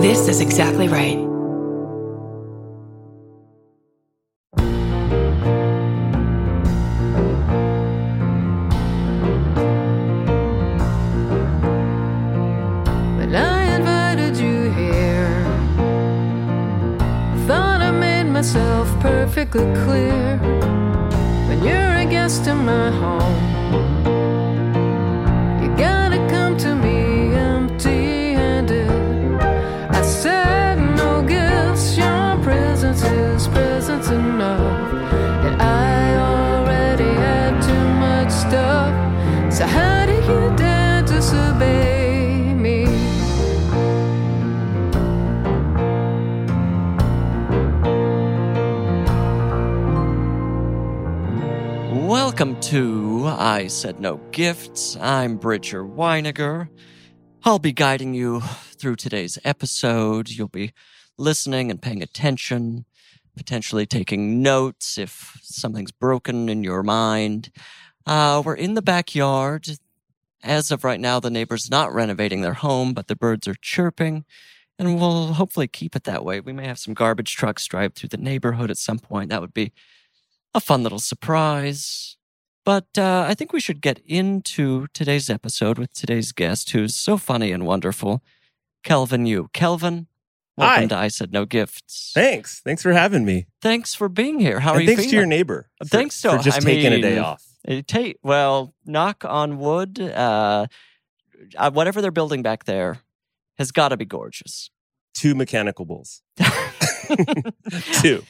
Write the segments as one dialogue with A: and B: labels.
A: This is exactly right.
B: But I invited you here. Thought I made myself perfectly clear. When you're a guest in my home, you gotta come to me empty handed. I said no gifts, your presence is presence enough. And I already had too much stuff. So how do you dare disobey me?
C: Welcome to I Said No Gifts. I'm Bridger Weiniger. I'll be guiding you through today's episode. You'll be listening and paying attention, potentially taking notes if something's broken in your mind. Uh, we're in the backyard. As of right now, the neighbor's not renovating their home, but the birds are chirping, and we'll hopefully keep it that way. We may have some garbage trucks drive through the neighborhood at some point. That would be a fun little surprise. But uh, I think we should get into today's episode with today's guest, who's so funny and wonderful, Kelvin Yu. Kelvin, welcome
D: Hi.
C: to I Said No Gifts.
D: Thanks. Thanks for having me.
C: Thanks for being here. How
D: and
C: are you
D: thanks
C: feeling? Uh,
D: to your neighbor. For,
C: Thanks to-
D: for just
C: I
D: taking a day
C: mean-
D: off.
C: It ta- well, knock on wood, uh, uh, whatever they're building back there has got to be gorgeous.
D: Two mechanical bulls. Two.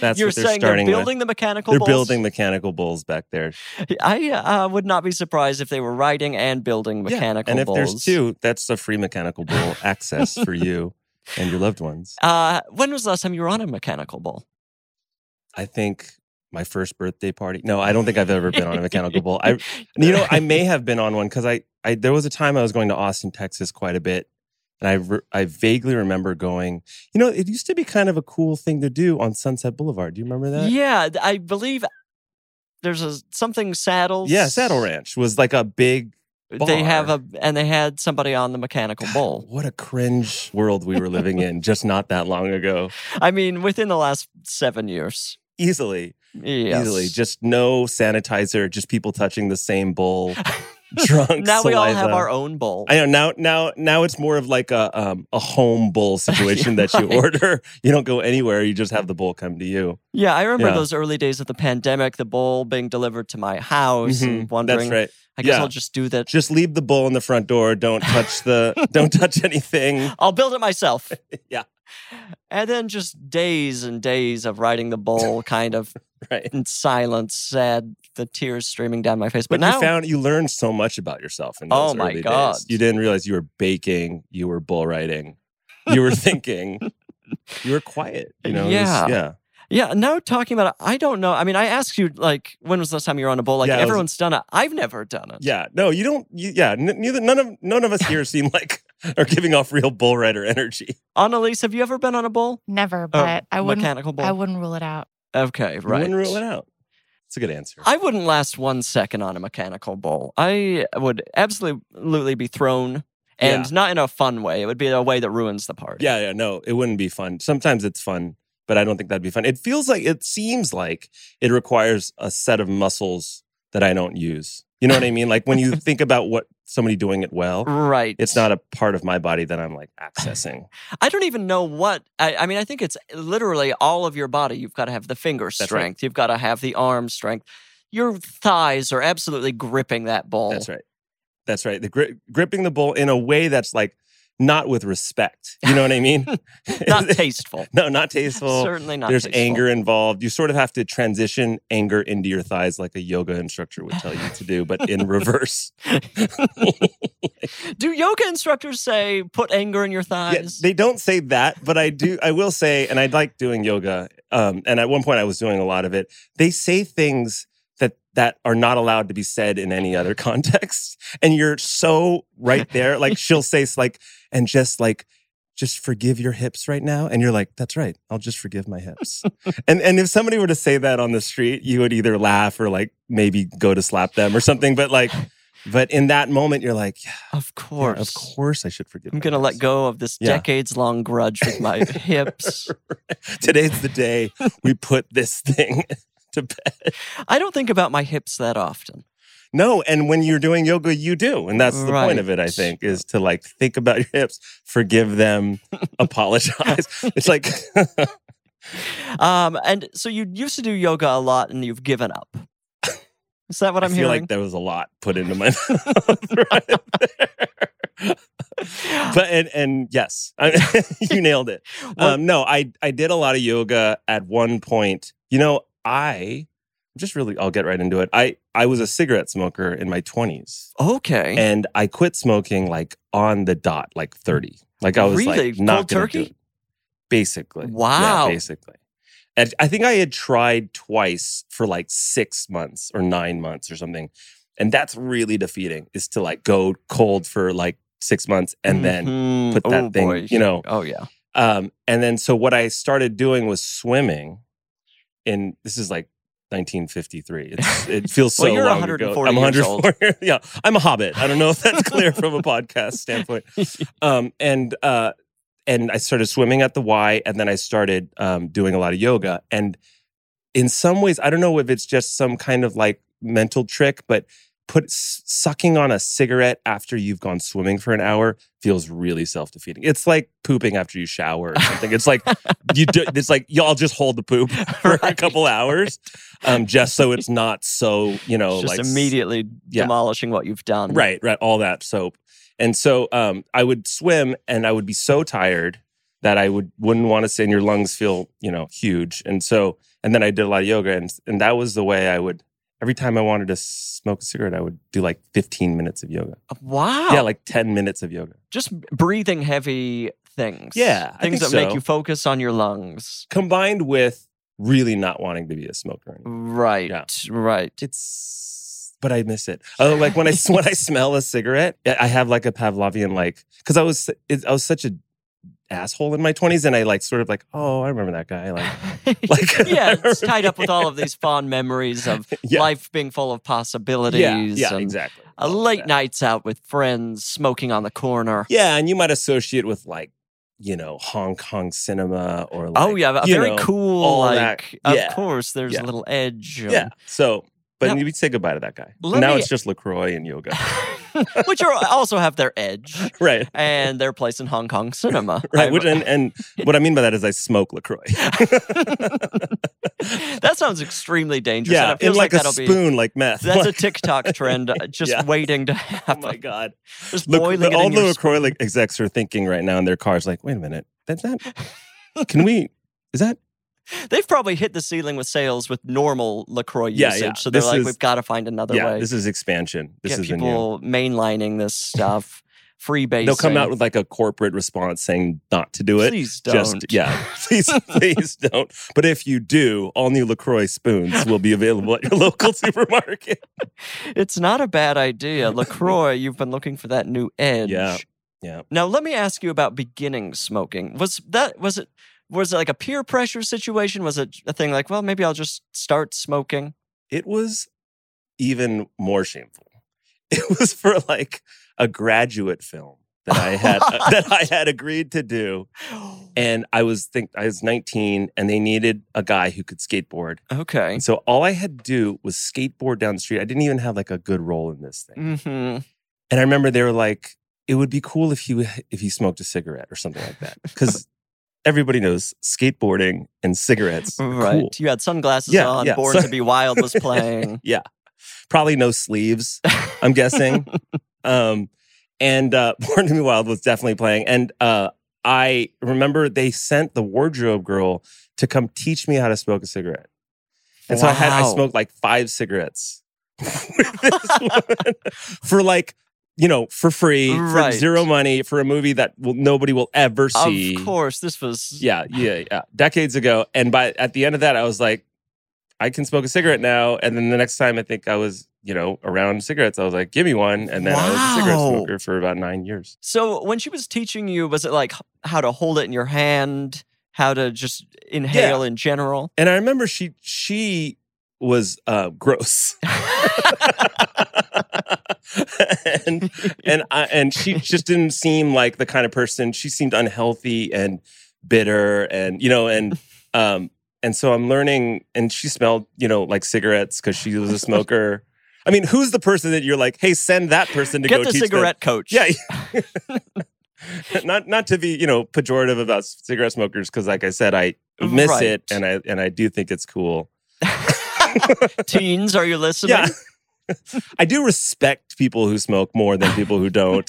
D: That's
C: You're
D: what they're
C: saying
D: starting
C: they're
D: with.
C: building the mechanical
D: They're
C: bulls?
D: building mechanical bulls back there.
C: I uh, would not be surprised if they were riding and building
D: Yeah,
C: mechanical
D: And if
C: bulls.
D: there's two, that's a free mechanical bull access for you and your loved ones.
C: Uh, when was the last time you were on a mechanical bull?
D: I think my first birthday party. No, I don't think I've ever been on a mechanical bull. I And, you know, I may have been on one because I, I there was a time I was going to Austin, Texas, quite a bit, and I re- I vaguely remember going. You know, it used to be kind of a cool thing to do on Sunset Boulevard. Do you remember that?
C: yeah, th- I believe there's a something saddles.
D: Yeah, Saddle Ranch was like a big.
C: They have
D: bar.
C: a and they had somebody on the mechanical bull.
D: What a cringe world we were living in just not that long ago.
C: I mean, within the last seven years,
D: Easily,
C: yes.
D: easily, just no sanitizer, just people touching the same bowl, drunk.
C: now we all have
D: saliva.
C: our own bowl.
D: I know now now now it's more of like a um, a home bowl situation that you
C: Right.
D: order. You don't go anywhere, you just have the bowl come to you.
C: yeah, I remember
D: Yeah.
C: those early days of the pandemic. The bowl being delivered to my house
D: Mhm.
C: and wondering.
D: That's right.
C: I guess
D: Yeah.
C: I'll just do that.
D: Just leave the bowl in the front door. Don't touch the don't touch anything.
C: I'll build it myself.
D: Yeah.
C: And then just days and days of riding the bowl, kind of
D: Right.
C: in silence, sad, the tears streaming down my face. But,
D: But
C: now,
D: you found you learned so much about yourself in
C: Oh
D: those
C: my
D: early
C: God.
D: days. You didn't realize you were baking, you were bull riding, you were thinking, you were quiet. You know, It was-
C: Yeah.
D: yeah.
C: yeah, now talking about it, I don't know. I mean, I asked you, like, when was the last time you were on a bowl? Like,
D: Yeah, it was-
C: everyone's done it. I've never done it.
D: Yeah, no, you don't. You, yeah, n- neither none of none of us here seem like are giving off real bull rider energy.
C: Annalise, have you ever been on a bowl?
E: Never,
C: Oh,
E: but I wouldn't.
C: Mechanical bowl?
E: I wouldn't rule it out.
C: okay,
D: You
C: right.
D: wouldn't rule it out. It's a good answer.
C: I wouldn't last one second on a mechanical bowl. I would absolutely be thrown and
D: Yeah.
C: not in a fun way. It would be a way that ruins the party.
D: Yeah, yeah, no, it wouldn't be fun. Sometimes it's fun, but I don't think that'd be fun. It feels like it seems like it requires a set of muscles that I don't use. You know what I mean? Like when you think about what somebody doing it well,
C: Right.
D: it's not a part of my body that I'm like accessing.
C: I don't even know what. I, I mean, I think it's literally all of your body. You've got to have the finger
D: right.
C: strength. You've got to have the arm strength. Your thighs are absolutely gripping that ball.
D: That's right. That's right. The gri- gripping the bowl in a way that's like not with respect. You know what I mean?
C: Not tasteful.
D: no, not tasteful.
C: Certainly not.
D: There's
C: tasteful.
D: anger involved. You sort of have to transition anger into your thighs like a yoga instructor would tell you to do, but in reverse.
C: Do yoga instructors say put anger in your thighs?
D: Yeah, they don't say that, but I do. I will say, and I like doing yoga. Um, and at one point, I was doing a lot of it. They say things that that are not allowed to be said in any other context, and you're so right there. Like she'll say, s- like, and just like. Just forgive your hips right now, and you're like, "That's right. I'll just forgive my hips." and and if somebody were to say that on the street, you would either laugh or like maybe go to slap them or something. But like, But in that moment, you're like, yeah,
C: Of course.
D: of course I should forgive.
C: I'm going to let go of this
D: Yeah.
C: decades long grudge with my hips.
D: Today's the day we put this thing to bed.
C: I don't think about my hips that often.
D: No, and when you're doing yoga, you do, and that's the point of it. I
C: Right.
D: think is to like think about your hips, forgive them, apologize. It's like
C: Um, and so you used to do yoga a lot and you've given up. Is that what
D: I
C: am
D: feel
C: hearing?
D: like there was a lot put into my mouth right there. But and and yes, I, you nailed it.
C: Well-
D: um, no, I I did a lot of yoga at one point. You know, I just really I'll get right into it. I I was a cigarette smoker in my twenties,
C: okay.
D: and I quit smoking like on the dot, like thirty. Like I was
C: Really?
D: like not
C: Cold
D: gonna do
C: turkey?
D: it. basically. Yeah,
C: Wow.
D: basically. And I think I had tried twice for like six months or nine months or something, and that's really defeating. Is to like go cold for like six months and then
C: Mhm.
D: put that
C: Oh,
D: thing,
C: boy.
D: you know.
C: Oh, yeah.
D: um, and then so what I started doing was swimming. In this is like 1953. It's, it feels so
C: Well, you're
D: long
C: 140
D: ago.
C: years old.
D: 140 yeah, I'm a hobbit. I don't know if that's clear from a podcast standpoint. Um, and uh, and I started swimming at the Y, and then I started um, doing a lot of yoga. And in some ways, I don't know if it's just some kind of like mental trick, but put s- sucking on a cigarette after you've gone swimming for an hour feels really self-defeating. It's like pooping after you shower or something. It's like you do it's like y'all just hold the poop for a
C: Right,
D: couple hours um just so it's not so, you know,
C: Just
D: like s-
C: immediately
D: yeah.
C: demolishing what you've done.
D: Right, right, all that soap. And so um I would swim and I would be so tired that I would wouldn't want to sit and your lungs feel, you know, huge. And so and then I did a lot of yoga and and that was the way I would every time I wanted to smoke a cigarette, I would do like 15 minutes of yoga.
C: Wow.
D: Yeah, like 10 minutes of yoga.
C: Just breathing heavy things.
D: Yeah, I
C: Things that
D: think
C: make
D: so.
C: you focus on your lungs.
D: Combined with really not wanting to be a smoker anymore.
C: Right. Right.
D: It's but I miss it. Oh, like when I when I smell a cigarette, I I have like a Pavlovian like because I was it, I was such a asshole in my twenties, and I like sort of like oh I remember that guy like like-
C: yeah, it's tied up with all of these fond memories of
D: yeah
C: life being full of possibilities.
D: yeah yeah
C: and
D: exactly
C: uh, late nights out with friends, smoking on the corner.
D: yeah, and you might associate with like you know Hong Kong cinema or like,
C: oh yeah, a
D: you
C: very
D: know,
C: cool.
D: all that-
C: Like,
D: yeah,
C: of course, there's
D: yeah.
C: a little edge. and-
D: yeah so. But
C: Now-
D: we say goodbye to that guy.
C: Let
D: Now
C: me-
D: it's just Lacroix and yoga,
C: which are, also have their edge
D: right?
C: and their place in Hong Kong cinema.
D: Right.
C: I'm-
D: Which, and, and what I mean by that is I smoke Lacroix.
C: that sounds extremely dangerous.
D: yeah,
C: and it feels
D: in like, a
C: that'll be.
D: spoon, like meth.
C: That's a
D: Like-
C: TikTok trend uh, just
D: Yeah.
C: waiting to
D: Oh
C: happen.
D: my god!
C: Just
D: Look,
C: boiling it
D: all
C: in
D: the
C: your
D: LaCroix like, execs are thinking right now in their cars, like, wait a minute, that that can we? Is that
C: They've probably hit the ceiling with sales with normal LaCroix
D: Yeah,
C: usage.
D: yeah.
C: So they're
D: This
C: like,
D: is-
C: we've got to find another
D: yeah?
C: way.
D: This is expansion. This
C: Get
D: is the new.
C: people mainlining this stuff, free base.
D: They'll come out with like a corporate response saying not to do it.
C: Please don't.
D: Just yeah, please, please don't. But if you do, all new Lacroix spoons will be available at your local supermarket.
C: It's not a bad idea. LaCroix, you've been looking for that new edge.
D: Yeah, yeah.
C: Now let me ask you about beginning smoking. Was that was it was it like a peer pressure situation? Was it a thing like, well, maybe I'll just start smoking?
D: it was even more shameful. It was for like a graduate film that I had uh, that I had agreed to do, and I was think I was 19, and they needed a guy who could skateboard.
C: Okay.
D: And so all I had to do was skateboard down the street. I didn't even have like a good role in this thing.
C: hmm
D: And I remember they were like, "It would be cool if he if he smoked a cigarette or something like that," because everybody knows skateboarding and cigarettes are
C: Right.
D: cool.
C: You had sunglasses
D: Yeah,
C: on,
D: yeah.
C: Born
D: So-
C: to Be Wild was playing.
D: Probably no sleeves. I'm guessing. um, and uh, Born to Be Wild was definitely playing. And uh, I remember they sent the wardrobe girl to come teach me how to smoke a cigarette. And so I had I
C: Wow.
D: smoked like five cigarettes with this woman for like you know for free
C: Right.
D: for zero money for a movie that will, nobody will ever see.
C: Of course, this was
D: Yeah, yeah, yeah. Decades ago, and by at the end of that, I was like, I can smoke a cigarette now. And then the next time, I think I was, you know, around cigarettes, I was like, give me one. And then I was a cigarette
C: Wow.
D: smoker for about nine years.
C: So when she was teaching you, was it like h- how to hold it in your hand, how to just inhale in general?
D: And I remember she she was uh, gross. and and I, and she just didn't seem like the kind of person. She seemed unhealthy and bitter, and you know, and um, and so I'm learning. And she smelled, you know, like cigarettes because she was a smoker. I mean, who's the person that you're like, hey, send that person to
C: Get
D: go
C: the
D: teach them?"
C: cigarette coach.
D: Yeah. not not to be you know pejorative about cigarette smokers because like I said I miss
C: Right.
D: it and I and I do think it's cool.
C: Teens, are you listening?
D: Yeah. I do respect people who smoke more than people who don't.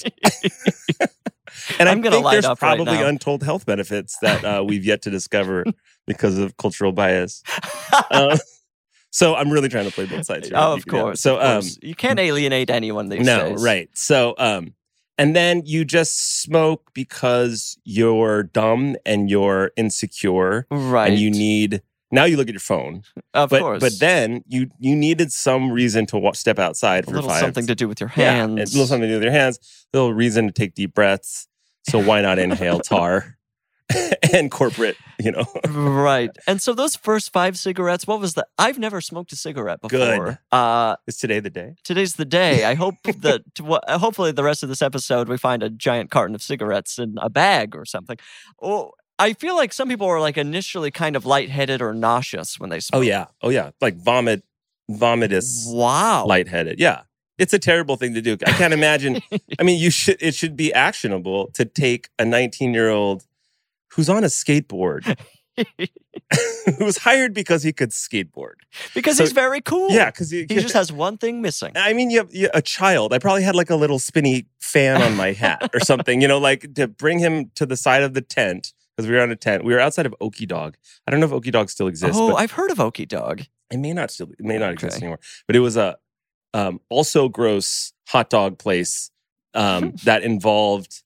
D: and
C: I'm
D: I
C: gonna
D: think
C: light
D: there's
C: up right
D: probably
C: now.
D: untold health benefits that uh, we've yet to discover because of cultural bias. Um, so I'm really trying to play both sides. Here,
C: Oh, of
D: You can- yeah.
C: course.
D: So um,
C: of course. you can't alienate anyone these
D: no,
C: days.
D: right. So, um, and then you just smoke because you're dumb and you're insecure
C: Right.
D: and you need. Now you look at your phone,
C: of
D: but
C: course.
D: but then you you needed some reason to wa- step outside
C: a
D: for
C: little
D: five
C: something to do with your
D: yeah, and
C: hands.
D: a little something to do with your hands, a little reason to take deep breaths. So why not inhale tar and corporate? You know,
C: right. And so those first five cigarettes, what was the I've never smoked a cigarette
D: Good.
C: before. Uh
D: is today the day?
C: today's the day. I hope that to- uh, hopefully the rest of this episode we find a giant carton of cigarettes in a bag or something. Oh, I feel like some people are like initially kind of lightheaded or nauseous when they smoke.
D: Oh yeah, oh yeah, like vomit, vomitous.
C: Wow.
D: lightheaded. Yeah. It's a terrible thing to do. I can't imagine. I mean, you should it should be actionable to take a 19-year-old who's on a skateboard who was hired because he could skateboard.
C: because
D: So-
C: he's very cool.
D: Yeah, cuz he,
C: He just has one thing missing.
D: I mean, you have, you, a child. I probably had like a little spinny fan on my hat or something, you know, like to bring him to the side of the tent because we were on a tent. We were outside of Okie Dog. I don't know if Okie Dog still exists,
C: oh,
D: but
C: I've heard of Okie Dog.
D: it may not still it may not exist
C: Okay.
D: anymore. But it was a um, also gross hot dog place um, that involved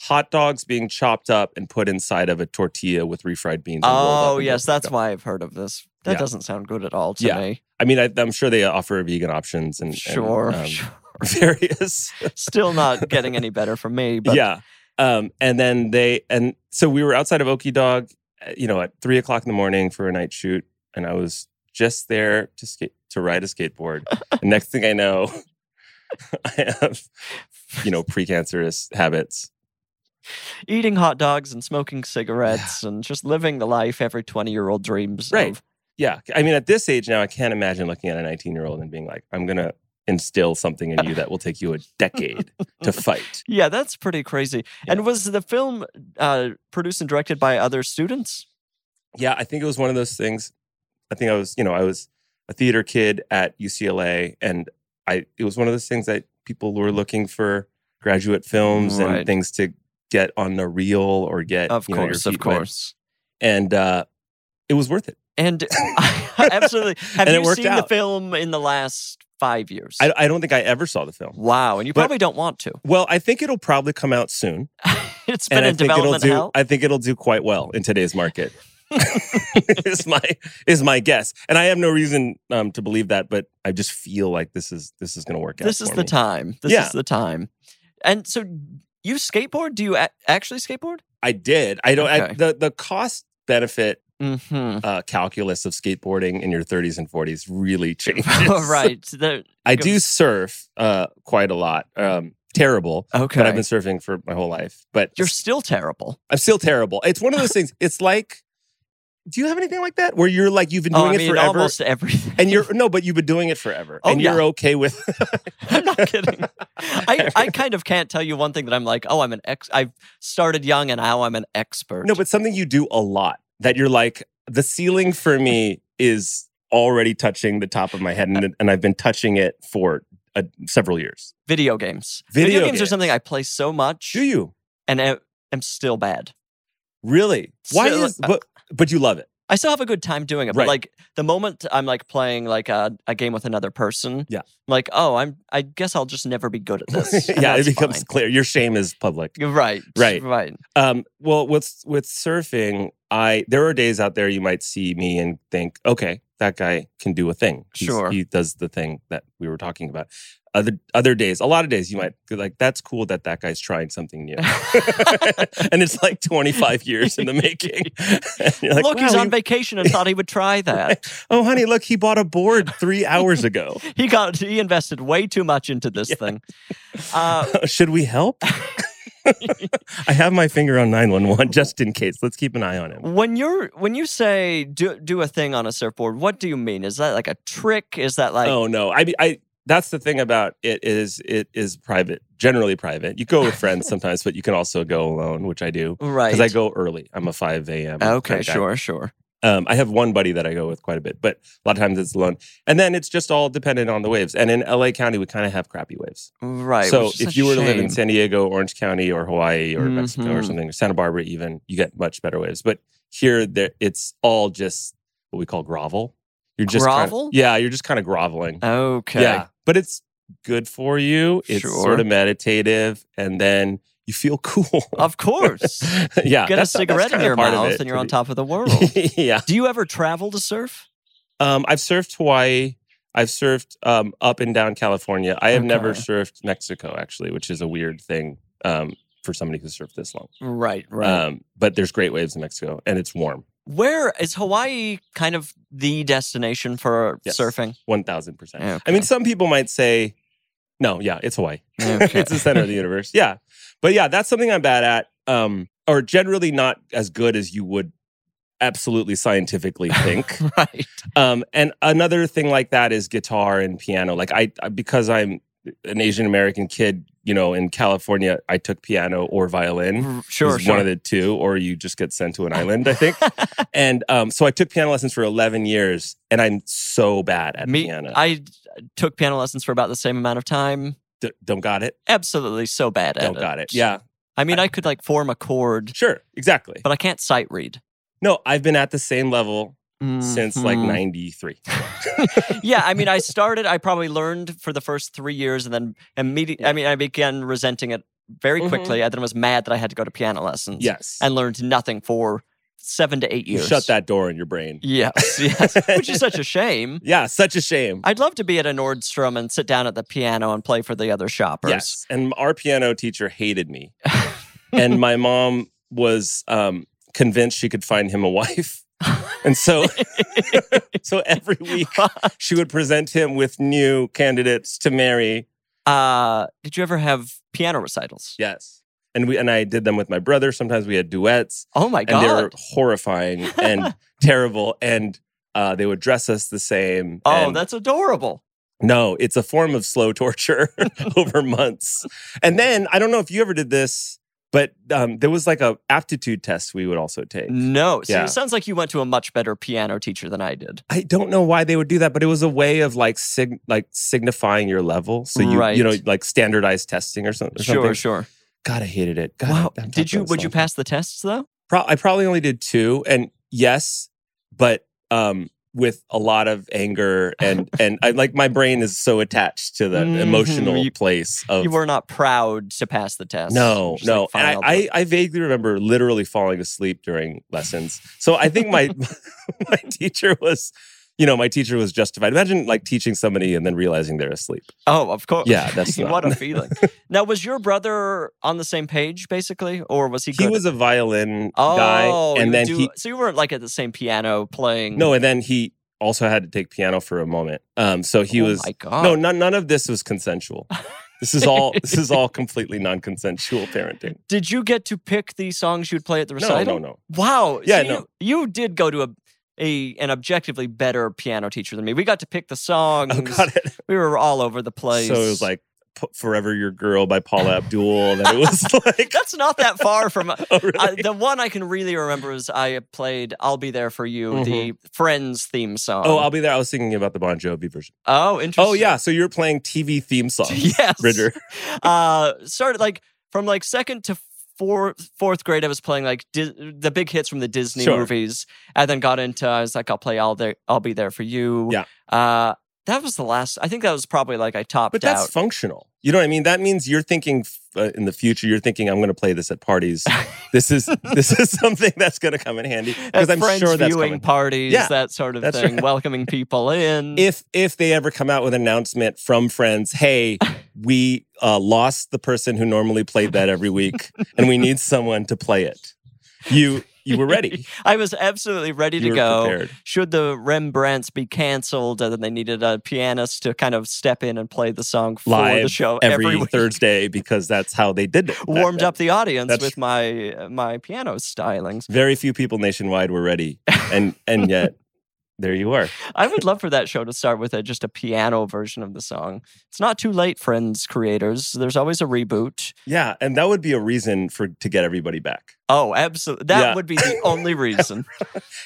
D: hot dogs being chopped up and put inside of a tortilla with refried beans. and rolled up
C: Oh,
D: into
C: yes,
D: a hot
C: that's
D: dog.
C: why I've heard of this. That
D: Yeah.
C: doesn't sound good at all to
D: Yeah.
C: me.
D: I mean, I, I'm sure they offer vegan options and and,
C: Sure,
D: um,
C: sure.
D: various.
C: Still not getting any better from me, but
D: yeah. Um, and then they and so we were outside of Okie Dog, uh, you know, at three o'clock in the morning for a night shoot, and I was just there to skate to ride a skateboard. and next thing I know, I have you know precancerous habits.
C: eating hot dogs and smoking cigarettes and just living the life every 20 year old dreams
D: Right.
C: of.
D: Yeah, I mean, at this age now, I can't imagine looking at a 19 year old and being like, "I'm gonna instill something in you that will take you a decade to fight."
C: Yeah, that's pretty crazy. And was the film uh, produced and directed by other students?
D: yeah, I think it was one of those things. I think I was, you know, I was a theater kid at UCLA, and I it was one of those things that people were looking for graduate films
C: Right.
D: and things to get on the reel or get
C: Of
D: you know, your
C: course, of
D: feet wet.
C: course.
D: and uh, it was worth it.
C: And absolutely. Have
D: And it
C: you
D: worked
C: seen the
D: out.
C: film in the last five years?
D: I, I don't think I ever saw the film.
C: wow. And you
D: But-
C: probably don't want to.
D: Well, I think it'll probably come out soon,
C: it's been
D: and I
C: in
D: think it'll
C: development
D: do.
C: hell.
D: I think it'll do quite well in today's market. is my is my guess, and I have no reason um, to believe that, but I just feel like this is this is going to work out.
C: this is
D: for
C: the
D: me.
C: time. This
D: Yeah.
C: is the time. And so you skateboard? Do you a- actually skateboard?
D: I did. I don't. I,
C: Okay.
D: the the cost benefit
C: Mm-hmm.
D: uh, calculus of skateboarding in your 30s and 40s really changes.
C: Oh, right. The-
D: I do surf uh, quite a lot. Um, terrible,
C: okay.
D: but I've been surfing for my whole life. But
C: You're still terrible.
D: I'm still terrible. It's one of those things. It's like, do you have anything like that where you're like you've been
C: Oh,
D: doing
C: I
D: it
C: mean,
D: forever?
C: almost everything.
D: and you're no, but you've been doing it forever,
C: Oh,
D: and you're okay with.
C: I'm not kidding. I, I kind of can't tell you one thing that I'm like, oh, I'm an ex. I've started young and now I'm an expert.
D: No, but something you do a lot that you're like, the ceiling for me is already touching the top of my head, and, and I've been touching it for uh, several years.
C: video games.
D: Video
C: games, are
D: games.
C: something I play so much
D: Do you
C: and I, am still bad.
D: really? Why
C: So,
D: is but but you love it?
C: I still have a good time doing it, but
D: Right.
C: like the moment I'm like playing like a, a game with another person,
D: Yeah.
C: I'm like oh, I'm I guess I'll just never be good at this. and
D: yeah, it
C: that's
D: becomes
C: fine.
D: clear. Your shame is public.
C: You're Right.
D: Right.
C: Right.
D: Um, well, with with surfing, I there are days out there you might see me and think, okay, that guy can do a thing. He's-
C: Sure.
D: he does the thing that we were talking about. Other other days, a lot of days, you might be like, "That's cool that that guy's trying something new," and it's like 25 years in the making. And you're like,
C: Look, he's
D: "Wow,
C: on
D: he-
C: vacation and thought he would try that.
D: Oh, honey, look, he bought a board three hours ago.
C: He got he invested way too much into this thing. Uh,
D: Should we help? I have my finger on 911 just in case. Let's keep an eye on him.
C: when you're when you say do do a thing on a surfboard, what do you mean? Is that like a trick? Is that like
D: oh no. I I that's the thing about it is it is private, generally private. You go with friends sometimes, but you can also go alone, which I do.
C: right?
D: Because I go early. I'm a 5 a.m.
C: okay,
D: kind of guy.
C: sure, sure.
D: Um, I have one buddy that I go with quite a bit, but a lot of times it's alone. And then it's just all dependent on the waves. And in LA County, we kind of have crappy waves.
C: Right.
D: so
C: which is
D: if
C: a
D: you were to live in
C: shame.
D: San Diego, Orange County, or Hawaii, or Mexico, or
C: Mhm.
D: something, or Santa Barbara, even, you get much better waves. But here, there, it's all just what we call grovel. You're just kinda-
C: Grovel?
D: yeah, you're just kind of groveling.
C: okay,
D: Yeah, but it's good for you. It's
C: Sure.
D: sort of meditative, and then you feel cool.
C: of course. Oh,
D: yeah,
C: Get a
D: that's- that's
C: cigarette in
D: kinda
C: your
D: part of
C: mouth
D: it
C: and you're
D: for
C: on
D: me.
C: top of the world.
D: yeah,
C: do you ever travel to surf?
D: um, I've surfed Hawaii. I've surfed um, up and down California. I have never
C: Okay.
D: surfed Mexico, actually, which is a weird thing um, for somebody who surfed this long.
C: Right,
D: Um, but there's great waves in Mexico and it's warm,
C: Uh, Where is Hawaii kind of the destination for
D: Yes.
C: surfing?
D: 1000%. I
C: Okay.
D: mean, some people might say, no, yeah, it's Hawaii.
C: Okay.
D: it's the center of the universe. Yeah. But yeah, that's something I'm bad at, um, or generally not as good as you would absolutely scientifically think.
C: right.
D: um, and another thing like that is guitar and piano. Like, I, I- because I'm an Asian American kid, you know, in California, I took piano or violin.
C: R- Mm, Sure,
D: is
C: sure.
D: one of the two, or you just get sent to an island, I think. and um, so I took piano lessons for 11 years, and I'm so bad at
C: Me,
D: piano. I
C: I took piano lessons for about the same amount of time.
D: D- don't got it.
C: Absolutely so bad at
D: Don't
C: it.
D: Oh, got it. Yeah,
C: I mean, I could like form a chord,
D: sure, exactly.
C: but I can't sight read.
D: No, I've been at the same level since like
C: Mhm.
D: 93.
C: yeah, I mean, I started. I probably learned for the first three years, and then immediately, I mean, I began resenting it very
D: Mhm.
C: quickly. I then was mad that I had to go to piano lessons.
D: Yes.
C: and learned nothing for seven to eight
D: you
C: years.
D: shut that door in your brain.
C: Yes, yes. Which is such a shame.
D: Yeah, such a shame.
C: I'd love to be at a Nordstrom and sit down at the piano and play for the other shoppers.
D: Yes. And our piano teacher hated me. and my mom was um, convinced she could find him a wife. And so, so every week she would present him with new candidates to marry.
C: uh, did you ever have piano recitals?
D: Yes. And we and I did them with my brother. Sometimes we had duets,
C: Oh my
D: and they were
C: god!
D: horrifying and terrible. And uh, they would dress us the same.
C: Oh,
D: and-
C: that's adorable.
D: No, it's a form of slow torture over months. And then I don't know if you ever did this, but um, there was like a aptitude test we would also take.
C: No, so
D: Yeah.
C: it sounds like you went to a much better piano teacher than I did.
D: I don't know why they would do that, but it was a way of like sig- like signifying your level. So you
C: Right.
D: you know like standardized testing or something.
C: Sure, sure.
D: God, I hated it. God,
C: Wow,
D: I'm talking
C: did you?
D: about
C: Would you
D: this long.
C: pass the tests though?
D: Pro- I probably only did two, and yes, but um, with a lot of anger and and I like my brain is so attached to the
C: Mhm,
D: emotional
C: you-
D: place of
C: You were not proud to pass the test.
D: No,
C: You're just like,
D: no.
C: "Fine,
D: And
C: I'll do
D: I,
C: it."
D: I, I vaguely remember literally falling asleep during lessons. So I think my my teacher was, you know, my teacher was justified. Imagine like teaching somebody and then realizing they're asleep.
C: Oh, of course.
D: Yeah, that's
C: what
D: not-
C: a feeling. now, was your brother on the same page basically, or was he?
D: He
C: good
D: was a violin
C: oh,
D: guy,
C: you
D: and then
C: do- Mm.
D: he
C: so you weren't like at the same piano playing.
D: no, and then he also had to take piano for a moment. Um, so he
C: oh
D: was
C: My God.
D: no, none none of this was consensual. This is all this is all completely non-consensual parenting.
C: Did you get to pick the songs you'd play at the
D: No,
C: recital?
D: no, no.
C: Wow.
D: Yeah,
C: so
D: no.
C: You, you did go to a, a an objectively better piano teacher than me. We got to pick the songs.
D: Oh, got it.
C: We were all over the place.
D: So it was like P- "Forever Your Girl" by Paula Abdul, and then it was like,
C: that's not that far from. uh,
D: oh, really?
C: I, the one I can really remember is I played "I'll Be There for You," the Friends theme song.
D: Mm-hmm. Oh, I'll be there. I was thinking about the Bon Jovi version.
C: oh, interesting.
D: Oh yeah, so you're playing TV theme songs,
C: yes,
D: Bridger.
C: uh started like from like second to fourth fourth grade i was playing like Dis- the big hits from the disney
D: Sure.
C: movies i then got into i was like i'll play all there i'll be there for you
D: Yeah.
C: uh That was the last. I think that was probably like I topped
D: But that's
C: out.
D: functional. You know what I mean? That means you're thinking uh, in the future. You're thinking I'm going to play this at parties. this is this is something that's going to come in handy because
C: At
D: I'm
C: friends
D: sure that's
C: viewing
D: coming.
C: parties,
D: Yeah,
C: that sort of
D: that's
C: thing,
D: right.
C: welcoming people in.
D: if if they ever come out with an announcement from friends, hey, we uh, lost the person who normally played that every week, and we need someone to play it. You you were ready.
C: I was absolutely ready to
D: You were
C: go.
D: prepared.
C: Should the Rembrandts be canceled, and then they needed a pianist to kind of step in and play the song for the
D: Live
C: show
D: Every,
C: week.
D: Thursday because that's how they did it. back
C: warmed
D: then.
C: up the audience
D: That's-
C: with my my piano stylings.
D: Very few people nationwide were ready, and and yet there you are.
C: I would love for that show to start with a, just a piano version of the song. It's not too late, friends, creators. There's always a reboot.
D: Yeah, and that would be a reason for to get everybody back.
C: Oh, absolutely. That
D: Yeah.
C: would be the only reason.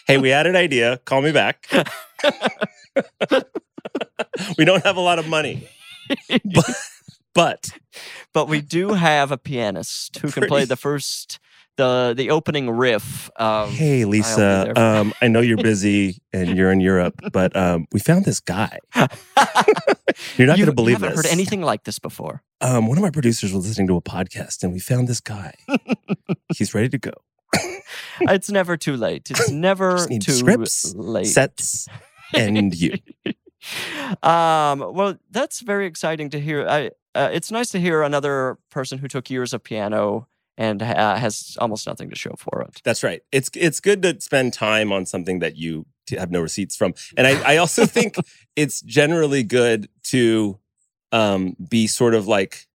D: Hey, we had an idea. Call me back. we don't have a lot of money, but, but
C: but we do have a pianist who can play
D: Pretty-
C: the first the the opening riff. Um,
D: hey,
C: there
D: Lisa,
C: for-
D: um, I know you're busy and you're in Europe, but um, we found this guy. You're not
C: you,
D: going to believe
C: you haven't
D: this.
C: heard anything like this before.
D: um, one of my producers was listening to a podcast, and we found this guy. He's ready to go.
C: It's never too late. It's never
D: need
C: too
D: scripts,
C: late.
D: Sets and you.
C: um, well, that's very exciting to hear. I, uh, it's nice to hear another person who took years of piano and ha- uh, has almost nothing to show for it.
D: That's right. It's it's good to spend time on something that you t- have no receipts from, and I, I also think it's generally good to um, be sort of like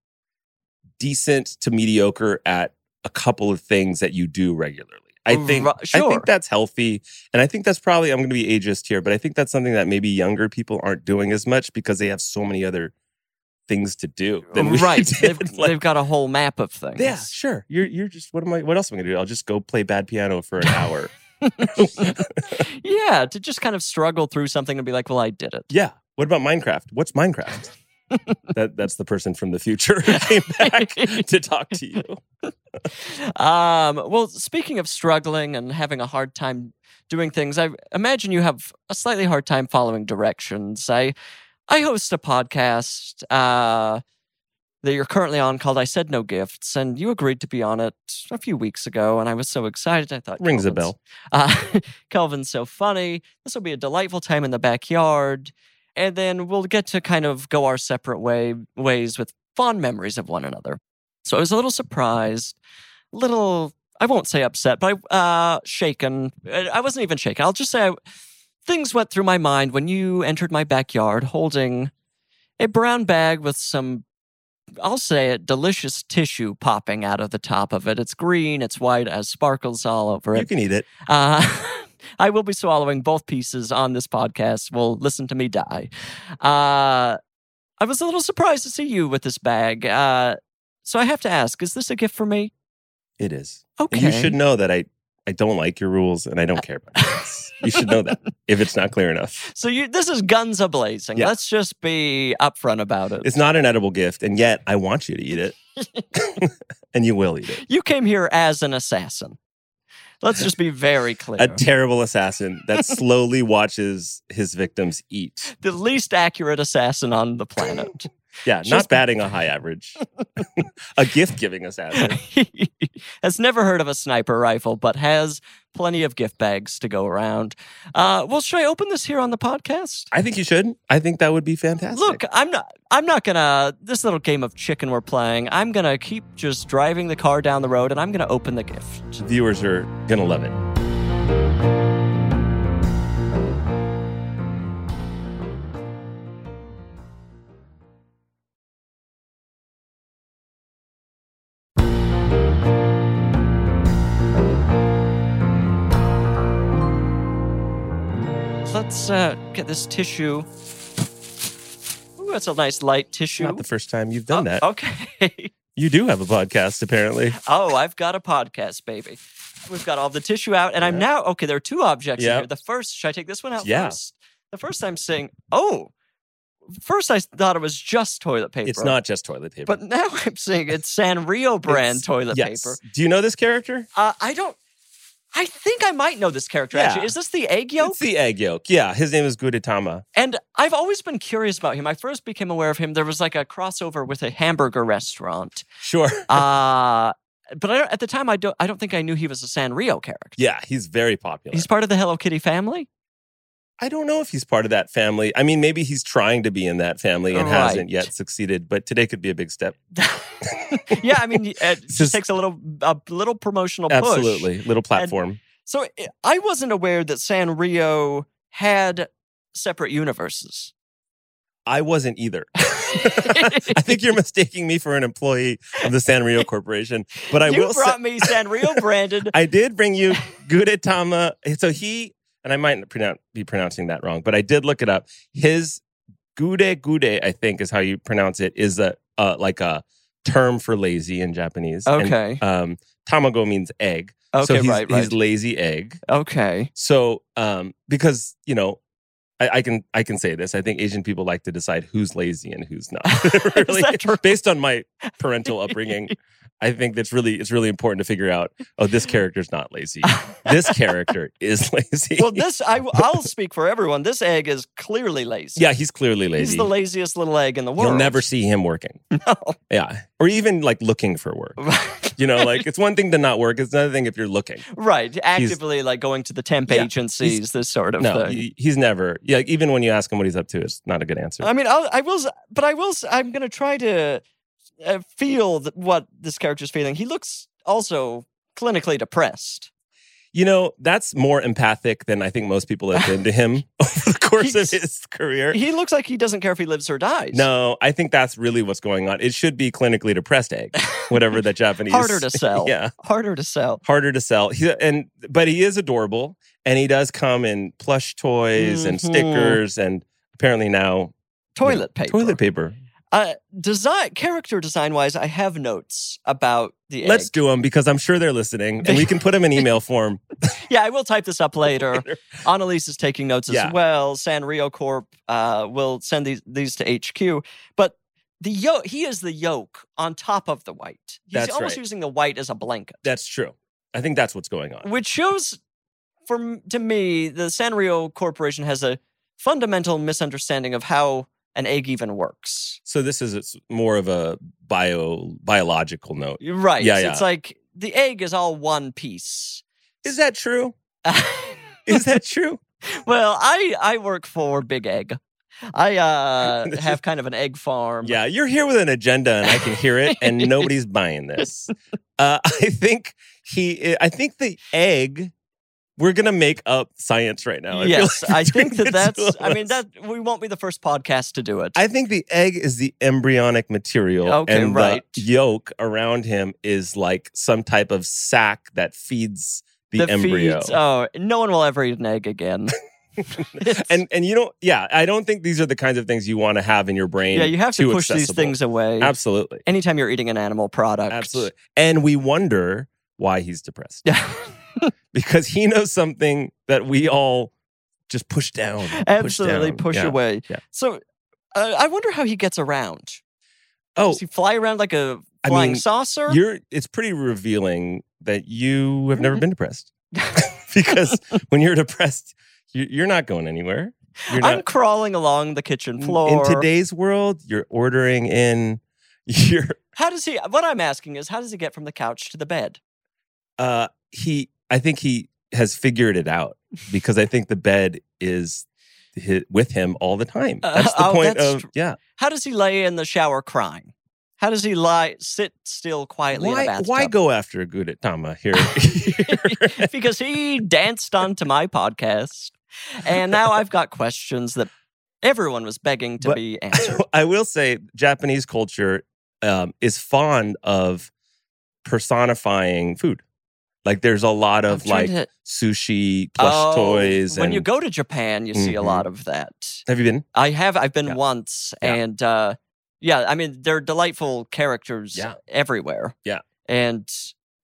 D: decent to mediocre at a couple of things that you do regularly. I think
C: Ru-
D: I
C: sure.
D: think that's healthy, and I think that's probably I'm going to be ageist here, but I think that's something that maybe younger people aren't doing as much because they have so many other things to do. Than we
C: right?
D: did.
C: They've,
D: Like,
C: they've got a whole map of things.
D: yeah, sure. You're you're just what am I what else am I gonna do? I'll just go play bad piano for an hour.
C: yeah. To just kind of struggle through something and be like, "Well, I did it."
D: yeah. What about Minecraft? What's Minecraft? that that's the person from the future who came back to talk to you.
C: um, well, speaking of struggling and having a hard time doing things, I imagine you have a slightly hard time following directions. I I host a podcast uh, that you're currently on called "I Said No Gifts," and you agreed to be on it a few weeks ago, and I was so excited. I thought
D: Rings a
C: Kelvin's-
D: bell.
C: Uh, Kelvin's so funny. This will be a delightful time in the backyard, and then we'll get to kind of go our separate way ways with fond memories of one another. So I was a little surprised little I won't say upset, but I uh shaken. Uh, I wasn't even shaken. I'll just say I, things went through my mind when you entered my backyard holding a brown bag with some I'll say it delicious tissue popping out of the top of it. It's green, it's white, it has sparkles all over
D: You
C: it.
D: can eat it.
C: Uh I will be swallowing both pieces on this podcast. Well, listen to me die. Uh, I was a little surprised to see you with this bag. Uh, so I have to ask, is this a gift for me?
D: It is.
C: Okay.
D: And you should know that I I don't like your rules and I don't care about your rules. You should know that if it's not clear enough.
C: So you, this is guns a blazing.
D: Yeah.
C: Let's just be upfront about it.
D: It's not an edible gift, and yet I want you to eat it. and you will eat it.
C: you came here as an assassin. Let's just be very clear.
D: A terrible assassin that slowly watches his victims eat.
C: the least accurate assassin on the planet.
D: Yeah,
C: Just-
D: not batting a high average. a gift giving assassin.
C: has never heard of a sniper rifle, but has plenty of gift bags to go around. Uh, well, should I open this here on the podcast?
D: I think you should. I think that would be fantastic.
C: Look, uh I'm not. I'm not gonna. This little game of chicken we're playing. I'm gonna keep just driving the car down the road, and I'm gonna open the gift.
D: viewers are going to love it.
C: Let's uh, get this tissue. Ooh, that's a nice light tissue. Oh,
D: Not the first time you've
C: Uh,
D: done that.
C: Okay.
D: You do have a podcast, apparently.
C: Oh, I've got a podcast, baby. We've got all the tissue out, and I'm
D: Yeah.
C: now okay. There are two objects in
D: Yeah.
C: here. The first, should I take this one out
D: Yeah.
C: first? The first I'm saying, oh, first I thought it was just toilet paper.
D: It's not just toilet paper.
C: But now I'm saying it's Sanrio brand
D: It's-
C: toilet
D: yes.
C: paper.
D: Do you know this character?
C: Uh, I don't. I think I might know this character.
D: Yeah.
C: Actually, is this the egg yolk?
D: It's the egg yolk. Yeah, his name is Gudetama.
C: And I've always been curious about him. I first became aware of him. There was like a crossover with a hamburger restaurant.
D: Sure.
C: Uh, but I don't, at the time, I don't. I don't think I knew he was a Sanrio character.
D: Yeah, he's very popular.
C: He's part of the Hello Kitty family.
D: I don't know if he's part of that family. I mean, maybe he's trying to be in that family and
C: Right.
D: hasn't yet succeeded, but today could be a big step.
C: yeah, I mean, it just,
D: Just-
C: takes a little a little promotional push.
D: Absolutely. Little platform.
C: So I- I wasn't aware that Sanrio had separate universes.
D: I wasn't either. I think you're mistaking me for an employee of the Sanrio Corporation, but I
C: you
D: will say
C: brought me Sanrio branded.
D: I did bring you Gudetama. So he and I might pronounce, be pronouncing that wrong, but I did look it up. His gude gude, I think is how you pronounce it, is a uh, like a term for lazy in Japanese. And,
C: Okay.
D: um, tamago means egg.
C: Okay,
D: so he's,
C: right, right.
D: he's lazy egg.
C: okay.
D: So um, because you know. I, I can I can say this. I think Asian people like to decide who's lazy and who's not. really,
C: that true?
D: based on my parental upbringing, I think that's really it's really important to figure out. Oh, this character's not lazy. This character is lazy.
C: well, this I, will speak for everyone. This egg is clearly lazy.
D: yeah, he's clearly lazy.
C: he's the laziest little egg in the world.
D: You'll never see him working.
C: No.
D: Yeah, or even like looking for work. You know, like it's one thing to not work; it's another thing if you're looking.
C: right, actively like going to the temp
D: Yeah,
C: agencies, this sort of
D: No,
C: thing.
D: he- he's never. Yeah, even when you ask him what he's up to, it's not a good answer.
C: I mean, I'll, I will, s- but I will. s- I'm going to try to uh, feel th- what this character's feeling. He looks also clinically depressed.
D: You know, that's more empathic than I think most people have been to him over the course
C: He's-
D: of his career.
C: He looks like he doesn't care if he lives or dies.
D: no, I think that's really what's going on. It should be clinically depressed egg, whatever that Japanese.
C: harder to sell.
D: Yeah,
C: harder to sell.
D: harder to sell. He, and but he is adorable, and he does come in plush toys and
C: Mhm.
D: stickers, and apparently now
C: Toilet paper.
D: toilet paper.
C: Uh, design character design wise, I have notes about the. Egg.
D: Let's do them because I'm sure they're listening, and we can put them in email form.
C: Yeah, I will type this up later. Annalise is taking notes
D: Yeah.
C: as well. Sanrio Corp uh, will send these these to HQ. But the yo- he is the yolk on top of the white. He's
D: That's
C: almost
D: right.
C: using the white as a blanket,
D: That's true. I think that's what's going on.
C: which shows, for m- to me, the Sanrio Corporation has a fundamental misunderstanding of how an egg even works.
D: So this is it's more of a bio biological note.
C: You're Right?
D: Yeah, yeah.
C: It's like the egg is all one piece.
D: Is that true? Is that true?
C: well, I I work for Big Egg. I uh,
D: This
C: have kind of an egg farm.
D: Yeah, you're here with an agenda, and I can hear it, and nobody's buying this. Uh, I think he. I think the egg. We're gonna make up science right now. I feel
C: yes,
D: like
C: I
D: between
C: think that
D: the two
C: that's.
D: of
C: I mean,
D: us.
C: that we won't be the first podcast to do it.
D: I think the egg is the embryonic material,
C: Okay,
D: and
C: right.
D: the yolk around him is like some type of sac that feeds the, embryo.
C: Feeds, oh, no one will ever eat an egg again. It's-
D: and and you don't. Yeah, I don't think these are the kinds of things you want to have in your brain.
C: yeah, you have to
D: too
C: push these
D: accessible.
C: things away.
D: Absolutely,
C: Anytime you're eating an animal product,
D: absolutely. And we wonder why he's depressed.
C: Yeah,
D: because he knows something that we all just push down.
C: absolutely
D: down.
C: push
D: Yeah.
C: away.
D: yeah.
C: So, uh, I wonder how he gets around.
D: Oh,
C: Does he fly around like a
D: I
C: flying
D: mean,
C: saucer?
D: you're. It's pretty revealing that you have
C: Mm-hmm.
D: never been depressed, because when you're depressed, you, you're not going anywhere. You're
C: I'm
D: not
C: crawling along the kitchen
D: in
C: floor.
D: today's world. You're ordering in. You're
C: how does he? What I'm asking is, how does he get from the couch to the bed?
D: uh, he. I think he has figured it out because I think the bed is hi with him all the time.
C: Uh,
D: That's the
C: oh,
D: point
C: that's
D: of
C: tr-
D: yeah.
C: How does he lay in the shower crying? How does he lie, sit still quietly in a
D: Why
C: bathtub?
D: why go after Gudetama here?
C: because he danced onto my podcast, and now I've got questions that everyone was begging to
D: But-
C: be answered.
D: I will say Japanese culture um, is fond of personifying food. Like there's a lot
C: I'm
D: of
C: trying
D: like
C: to-
D: sushi, plush
C: Oh,
D: toys.
C: When
D: and,
C: you go to Japan, you see a
D: Mhm.
C: lot of that.
D: have you been?
C: I have. I've been
D: Yeah.
C: once,
D: Yeah.
C: and uh, yeah, I mean they're delightful characters
D: Yeah.
C: everywhere.
D: Yeah.
C: and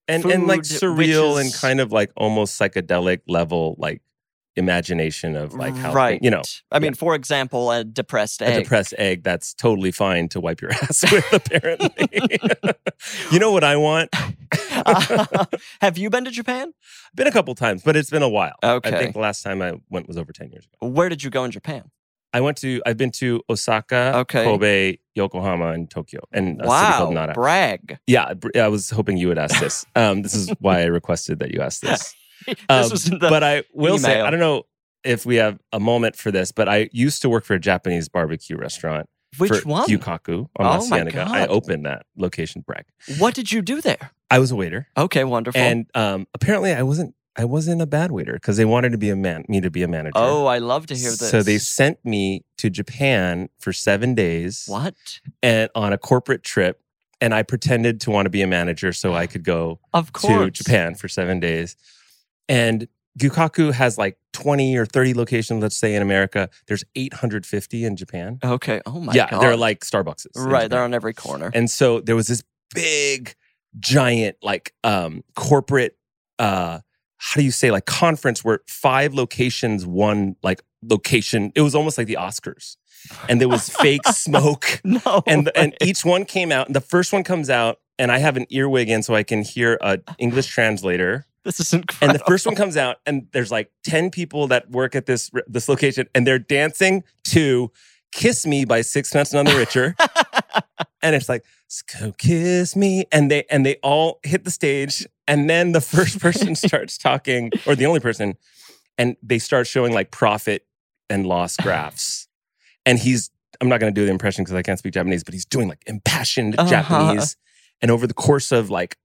D: And and like
C: Food,
D: surreal
C: witches.
D: and kind of like almost psychedelic level like imagination of like how
C: right,
D: you know
C: I mean, for example, a depressed
D: a
C: egg.
D: depressed egg that's totally fine to wipe your ass with apparently. you know what I want?
C: Uh, have you been to Japan?
D: Been a couple times, but it's been a while.
C: Okay.
D: I think the last time I went was over 10 years ago.
C: Where did you go in Japan?
D: I went to, I've been to Osaka,
C: Okay.
D: Kobe, Yokohama, and Tokyo, and a city
C: wow,
D: called Nara.
C: brag.
D: yeah, br- I was hoping you would ask this. Um, this is why I requested that you ask this.
C: this
D: Um,
C: was the,
D: but I will say,
C: email.
D: I don't know if we have a moment for this, but I used to work for a Japanese barbecue restaurant.
C: which
D: for
C: one?
D: Yukaku on La
C: Oh my
D: Cienega. I
C: God.
D: opened that location brag.
C: What did you do there?
D: I was a waiter,
C: Okay, wonderful.
D: and um, apparently I wasn't. I wasn't a bad waiter because they wanted to be a man, me to be a manager.
C: oh, I love to hear this.
D: So they sent me to Japan for seven days
C: what
D: and on a corporate trip, and I pretended to want to be a manager so I could go
C: of course
D: to Japan for seven days. And Gukaku has like 20 or 30 locations, let's say in America. There's 850 in Japan.
C: Okay. Oh my
D: yeah,
C: god.
D: they're like Starbucks.
C: right. They're on every corner.
D: And so there was this big, giant, like um corporate uh how do you say like conference where five locations, one like location. It was almost like the Oscars. And there was fake smoke
C: no.
D: and the, and
C: way.
D: each one came out. And the first one comes out, and I have an earwig in so I can hear a English translator.
C: this is incredible.
D: And the first one comes out, and there's like ten people that work at this this location, and they're dancing to "Kiss Me" by Sixpence None the Richer. and it's like "So kiss me," and they and they all hit the stage, and then the first person starts talking, or the only person, and they start showing like profit and loss graphs, and he's. I'm not going to do the impression because I can't speak Japanese, but he's doing like impassioned
C: Uh-huh.
D: Japanese. And over the course of like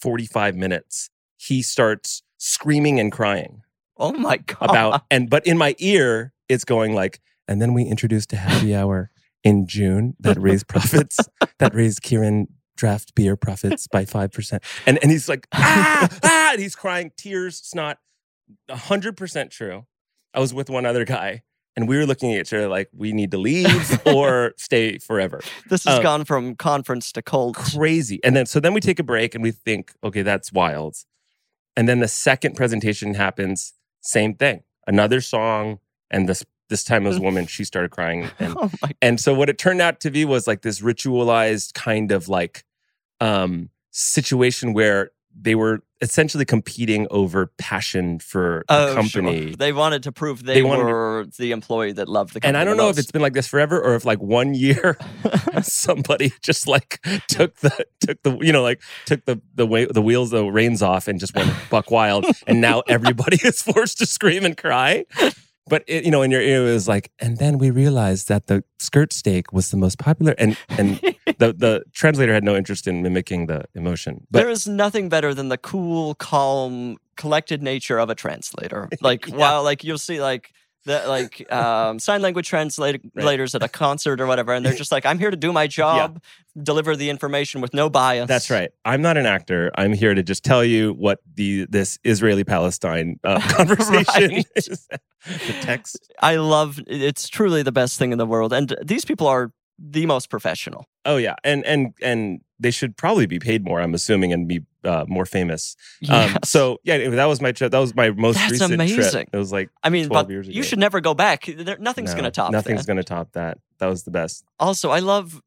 D: 45 minutes, he starts screaming and crying
C: oh my god.
D: about and but in my ear it's going like and then we introduced a happy hour in June that raised profits that raised Kieran draft beer profits by 5% and and he's like ah, ah and he's crying tears snot 100% true i was with one other guy and we were looking at each other like we need to leave or stay forever
C: this has
D: um,
C: gone from conference to cult.
D: crazy. And then so then we take a break and we think, okay, that's wild. And then the second presentation happens, same thing. Another song, and this this time it was a woman, she started crying. And
C: oh my.
D: and so what it turned out to be was like this ritualized kind of like um situation where they were essentially competing over passion for the
C: Oh, sure.
D: company.
C: They wanted to prove they,
D: They wanted to-
C: were the employee that loved the company.
D: And I don't
C: the
D: know if
C: most.
D: it's been like this forever or if like one year somebody just like took the took the you know like took the the way the wheels the reins off and just went buck wild and now everybody is forced to scream and cry. But it, you know, in your ear it was like, and then we realized that the skirt steak was the most popular, and and the the translator had no interest in mimicking the emotion. But
C: there is nothing better than the cool, calm, collected nature of a translator. Like
D: Yeah.
C: wow, like you'll see like the like um, sign language translators at a concert or whatever, and they're just like, "I'm here to do my job, deliver the information with no bias."
D: That's right. I'm not an actor. I'm here to just tell you what the this Israeli Palestine uh, conversation
C: Right.
D: is. The text.
C: I love. It's truly the best thing in the world, and these people are the most professional.
D: Oh yeah, and and and they should probably be paid more. I'm assuming and be uh, more famous. Um,
C: Yes.
D: so yeah, anyway, that was my trip. That was my most
C: That's
D: recent
C: amazing.
D: trip. It was like
C: I mean,
D: 12
C: but
D: years
C: you
D: ago.
C: should never go back. There, nothing's
D: no,
C: going to top that.
D: Nothing's going to top that. That was the best.
C: Also, I love.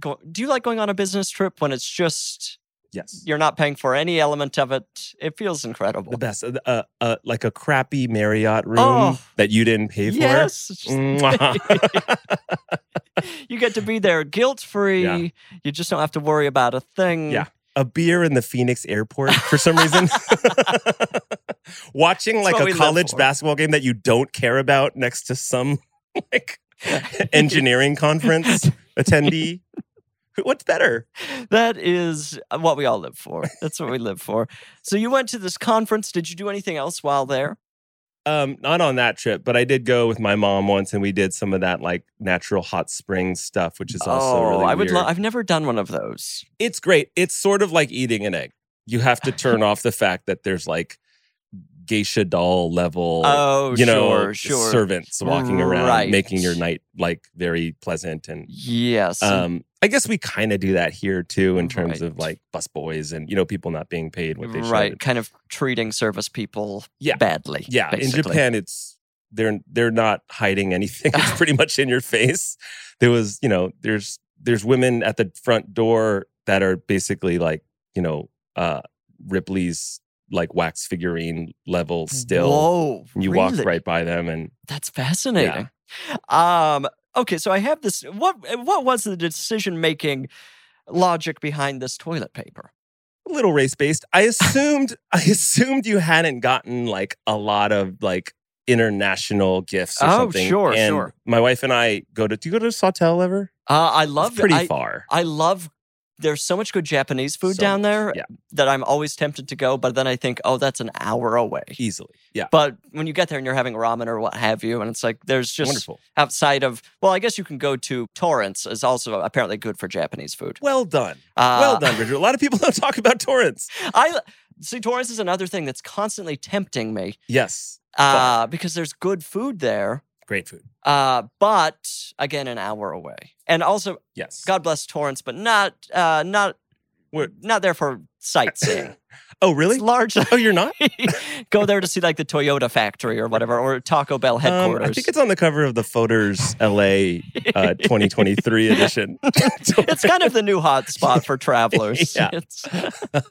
C: Go, do you like going on a business trip when it's just
D: Yes.
C: you're not paying for any element of it? It feels incredible.
D: the best, uh, uh, uh, like a crappy Marriott room
C: Oh.
D: that you didn't pay for. Mm.
C: Yes, it's just-
D: Mwah.
C: you get to be there guilt free.
D: Yeah.
C: You just don't have to worry about a thing.
D: Yeah. a beer in the Phoenix airport for some reason. Watching like
C: what we
D: a
C: live
D: college
C: for.
D: basketball game that you don't care about next to some like engineering conference attendee. What's better?
C: That is uh, what we all live for. That's what we live for. So you went to this conference. Did you do anything else while there?
D: Um, not on that trip, but I did go with my mom once, and we did some of that like natural hot springs stuff, which is also
C: oh,
D: really
C: I would.
D: weird.
C: Lo- I've never done one of those.
D: it's great. It's sort of like eating an egg. You have to turn off the fact that there's like geisha doll level
C: Oh,
D: you know,
C: sure, sure.
D: servants walking around,
C: Right.
D: making your night like very pleasant. And
C: Yes. and-
D: um, I guess we kind of do that here too, in terms of
C: Right.
D: like busboys and you know people not being paid what they
C: right.
D: should.
C: Kind of treating service people
D: Yeah.
C: badly.
D: Yeah,
C: basically.
D: in Japan, it's they're they're not hiding anything. It's pretty much in your face. There was, you know, there's there's women at the front door that are basically like, you know, uh, Ripley's like wax figurine level still.
C: Whoa.
D: You
C: really?
D: walk right by them and
C: That's fascinating. Um, okay, so I have this. What what was the decision making logic behind this toilet paper?
D: a little race based. I assumed I assumed you hadn't gotten like a lot of like international gifts or
C: Oh,
D: something.
C: sure,
D: And
C: sure.
D: My wife and I go to do you go to Sawtell ever?
C: Uh, I
D: It's
C: love
D: pretty
C: I,
D: far.
C: I love. There's so much good Japanese food
D: So
C: down
D: much,
C: there
D: yeah.
C: that I'm always tempted to go, but then I think, oh, that's an hour away.
D: Easily. Yeah.
C: But when you get there and you're having ramen or what have you, and it's like there's just
D: Wonderful.
C: outside of well, I guess you can go to Torrance is also apparently good for Japanese food.
D: Well done.
C: Uh,
D: well done, Bridger. A lot of people don't talk about Torrance.
C: I see Torrance is another thing that's constantly tempting me
D: Yes.
C: uh, because there's good food there,
D: Great food.
C: uh, but again, an hour away. And also,
D: Yes.
C: God bless Torrance, but not uh, not
D: We're-
C: not there for sightseeing.
D: oh, really?
C: It's largely
D: Oh, you're not?
C: go there to see like the Toyota factory or whatever, or Taco Bell
D: Um,
C: headquarters.
D: I think it's on the cover of the Foters LA uh, 2023 edition.
C: It's kind of the new hot spot for travelers.
D: Yeah.
C: It's-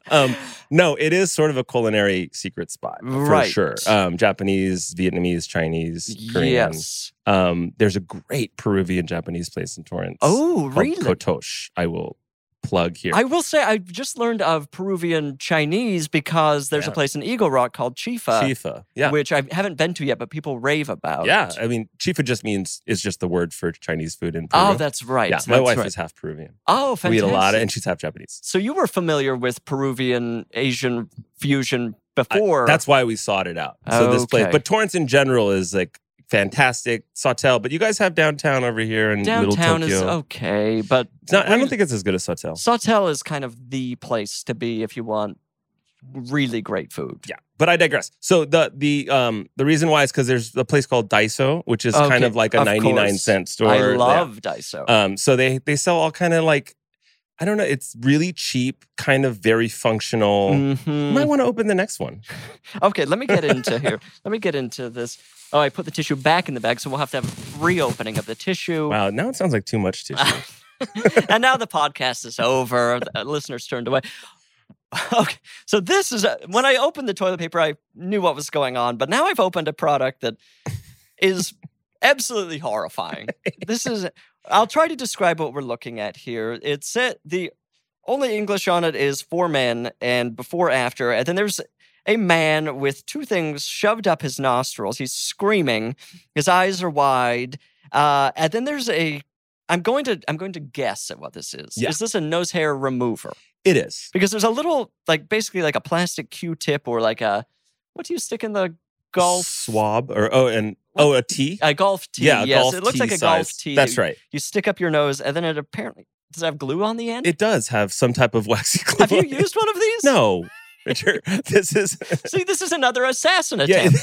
D: um, no, it is sort of a culinary secret spot for
C: Right.
D: sure. Um, Japanese, Vietnamese, Chinese, Korean.
C: yes.
D: Um, there's a great Peruvian Japanese place in Torrance.
C: Oh,
D: called
C: really?
D: Kotosh. I will plug here.
C: I will say I just learned of Peruvian Chinese because there's a
D: Yeah.
C: place in Eagle Rock called Chifa,
D: Chifa. Yeah.
C: which I haven't been to yet, but people rave about.
D: Yeah. I mean, Chifa just means is just the word for Chinese food in Peru.
C: Oh, that's right.
D: Yeah, my
C: that's
D: wife
C: right.
D: is half Peruvian.
C: Oh, fantastic.
D: We eat a lot, and she's half Japanese.
C: So you were familiar with Peruvian Asian fusion
D: I-
C: before.
D: that's why we sought it out. So this place,
C: Okay.
D: but Torrance in general is like fantastic. Sautel, but you guys have downtown over here in
C: downtown
D: Little
C: is
D: Tokyo.
C: okay, but
D: It's not- I
C: we're-
D: don't think it's as good as Sautel.
C: Sawtell is kind of the place to be if you want really great food.
D: Yeah, but I digress. So the the um the reason why is because there's a place called Daiso, which is kind
C: Okay,
D: of like a
C: of
D: 99 nine
C: course.
D: cent store.
C: I
D: Yeah.
C: love Daiso.
D: Um, so they they sell all kind of like I don't know. It's really cheap, kind of very functional. You
C: Mhm.
D: might want to open the next one.
C: Okay, let me get into here. Let me get into this. Oh, I put the tissue back in the bag, so we'll have to have reopening of the tissue.
D: Wow, now it sounds like too much tissue.
C: and now the podcast is over. The uh, listeners turned away. Okay, so this is a, when I opened the toilet paper, I knew what was going on, but now I've opened a product that is absolutely horrifying. This is. I'll try to describe what we're looking at here. It's it, the only English on it is for men and before after, and then there's a man with two things shoved up his nostrils. He's screaming. His eyes are wide, uh, and then there's a. I'm going to I'm going to guess at what this is.
D: Yeah.
C: Is this a nose hair remover?
D: it is.
C: because there's a little like basically like a plastic q-tip or like a what do you stick in the golf
D: swab or oh and oh a tea.
C: a golf tee
D: yeah, a
C: yes
D: golf
C: it looks
D: tee
C: like a golf
D: size.
C: tee that
D: That's
C: you-
D: right.
C: you stick up your nose and then it apparently does it have glue on the end
D: It does have some type of waxy glue.
C: have you
D: on it.
C: used one of these
D: No, Richard. this is
C: see this is another assassin
D: Yeah.
C: attempt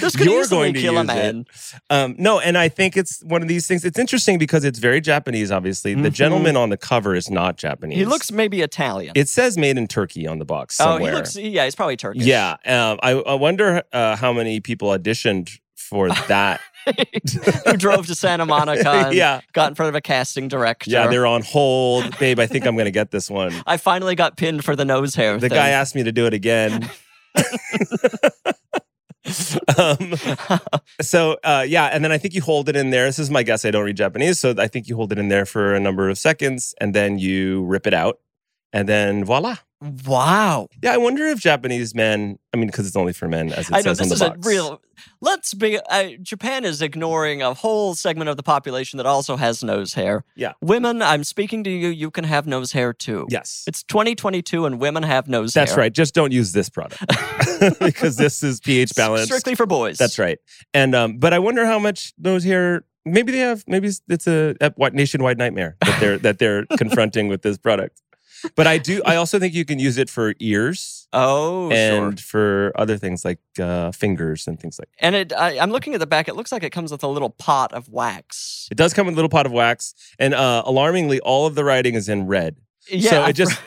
C: this could
D: You're
C: easily
D: going to
C: kill a
D: use it.
C: man
D: um, no, and I think it's one of these things. It's interesting because it's very Japanese. Obviously, the
C: Mhm.
D: gentleman on the cover is not Japanese.
C: he looks maybe italian
D: It says made in Turkey on the box
C: oh
D: somewhere.
C: he looks yeah he's probably turkish
D: Yeah, um, I, I wonder uh, how many people auditioned for that.
C: who drove to santa monica and
D: yeah,
C: got in front of a casting director
D: yeah, they're on hold, babe. I think I'm gonna get this one.
C: i finally got pinned for the nose hair
D: The
C: thing.
D: guy asked me to do it again. um, so uh, yeah, and then I think you hold it in there. This is my guess. I don't read Japanese, so I think you hold it in there for a number of seconds, and then you rip it out, and then voila.
C: wow
D: Yeah, I wonder if Japanese men. I mean, because it's only for men, as it
C: I know
D: says
C: this
D: on the
C: is
D: box.
C: a real. Let's be. Uh, Japan is ignoring a whole segment of the population that also has nose hair.
D: Yeah.
C: women. I'm speaking to you. You can have nose hair too.
D: Yes,
C: it's 2022, and women have nose
D: that's
C: hair.
D: right. Just don't use this product because this is pH balanced.
C: Strictly for boys.
D: That's right. And um, but I wonder how much those here. Maybe they have. Maybe it's a ep- wi- nationwide nightmare that they're that they're confronting with this product. But I do. I also think you can use it for ears
C: Oh, sure.
D: and for other things like uh, fingers and things like.
C: And it. I, I'm looking at the back. It looks like it comes with a little pot of wax.
D: It does come with a little pot of wax, and uh, alarmingly, all of the writing is in red.
C: Yeah.
D: so
C: I-
D: it just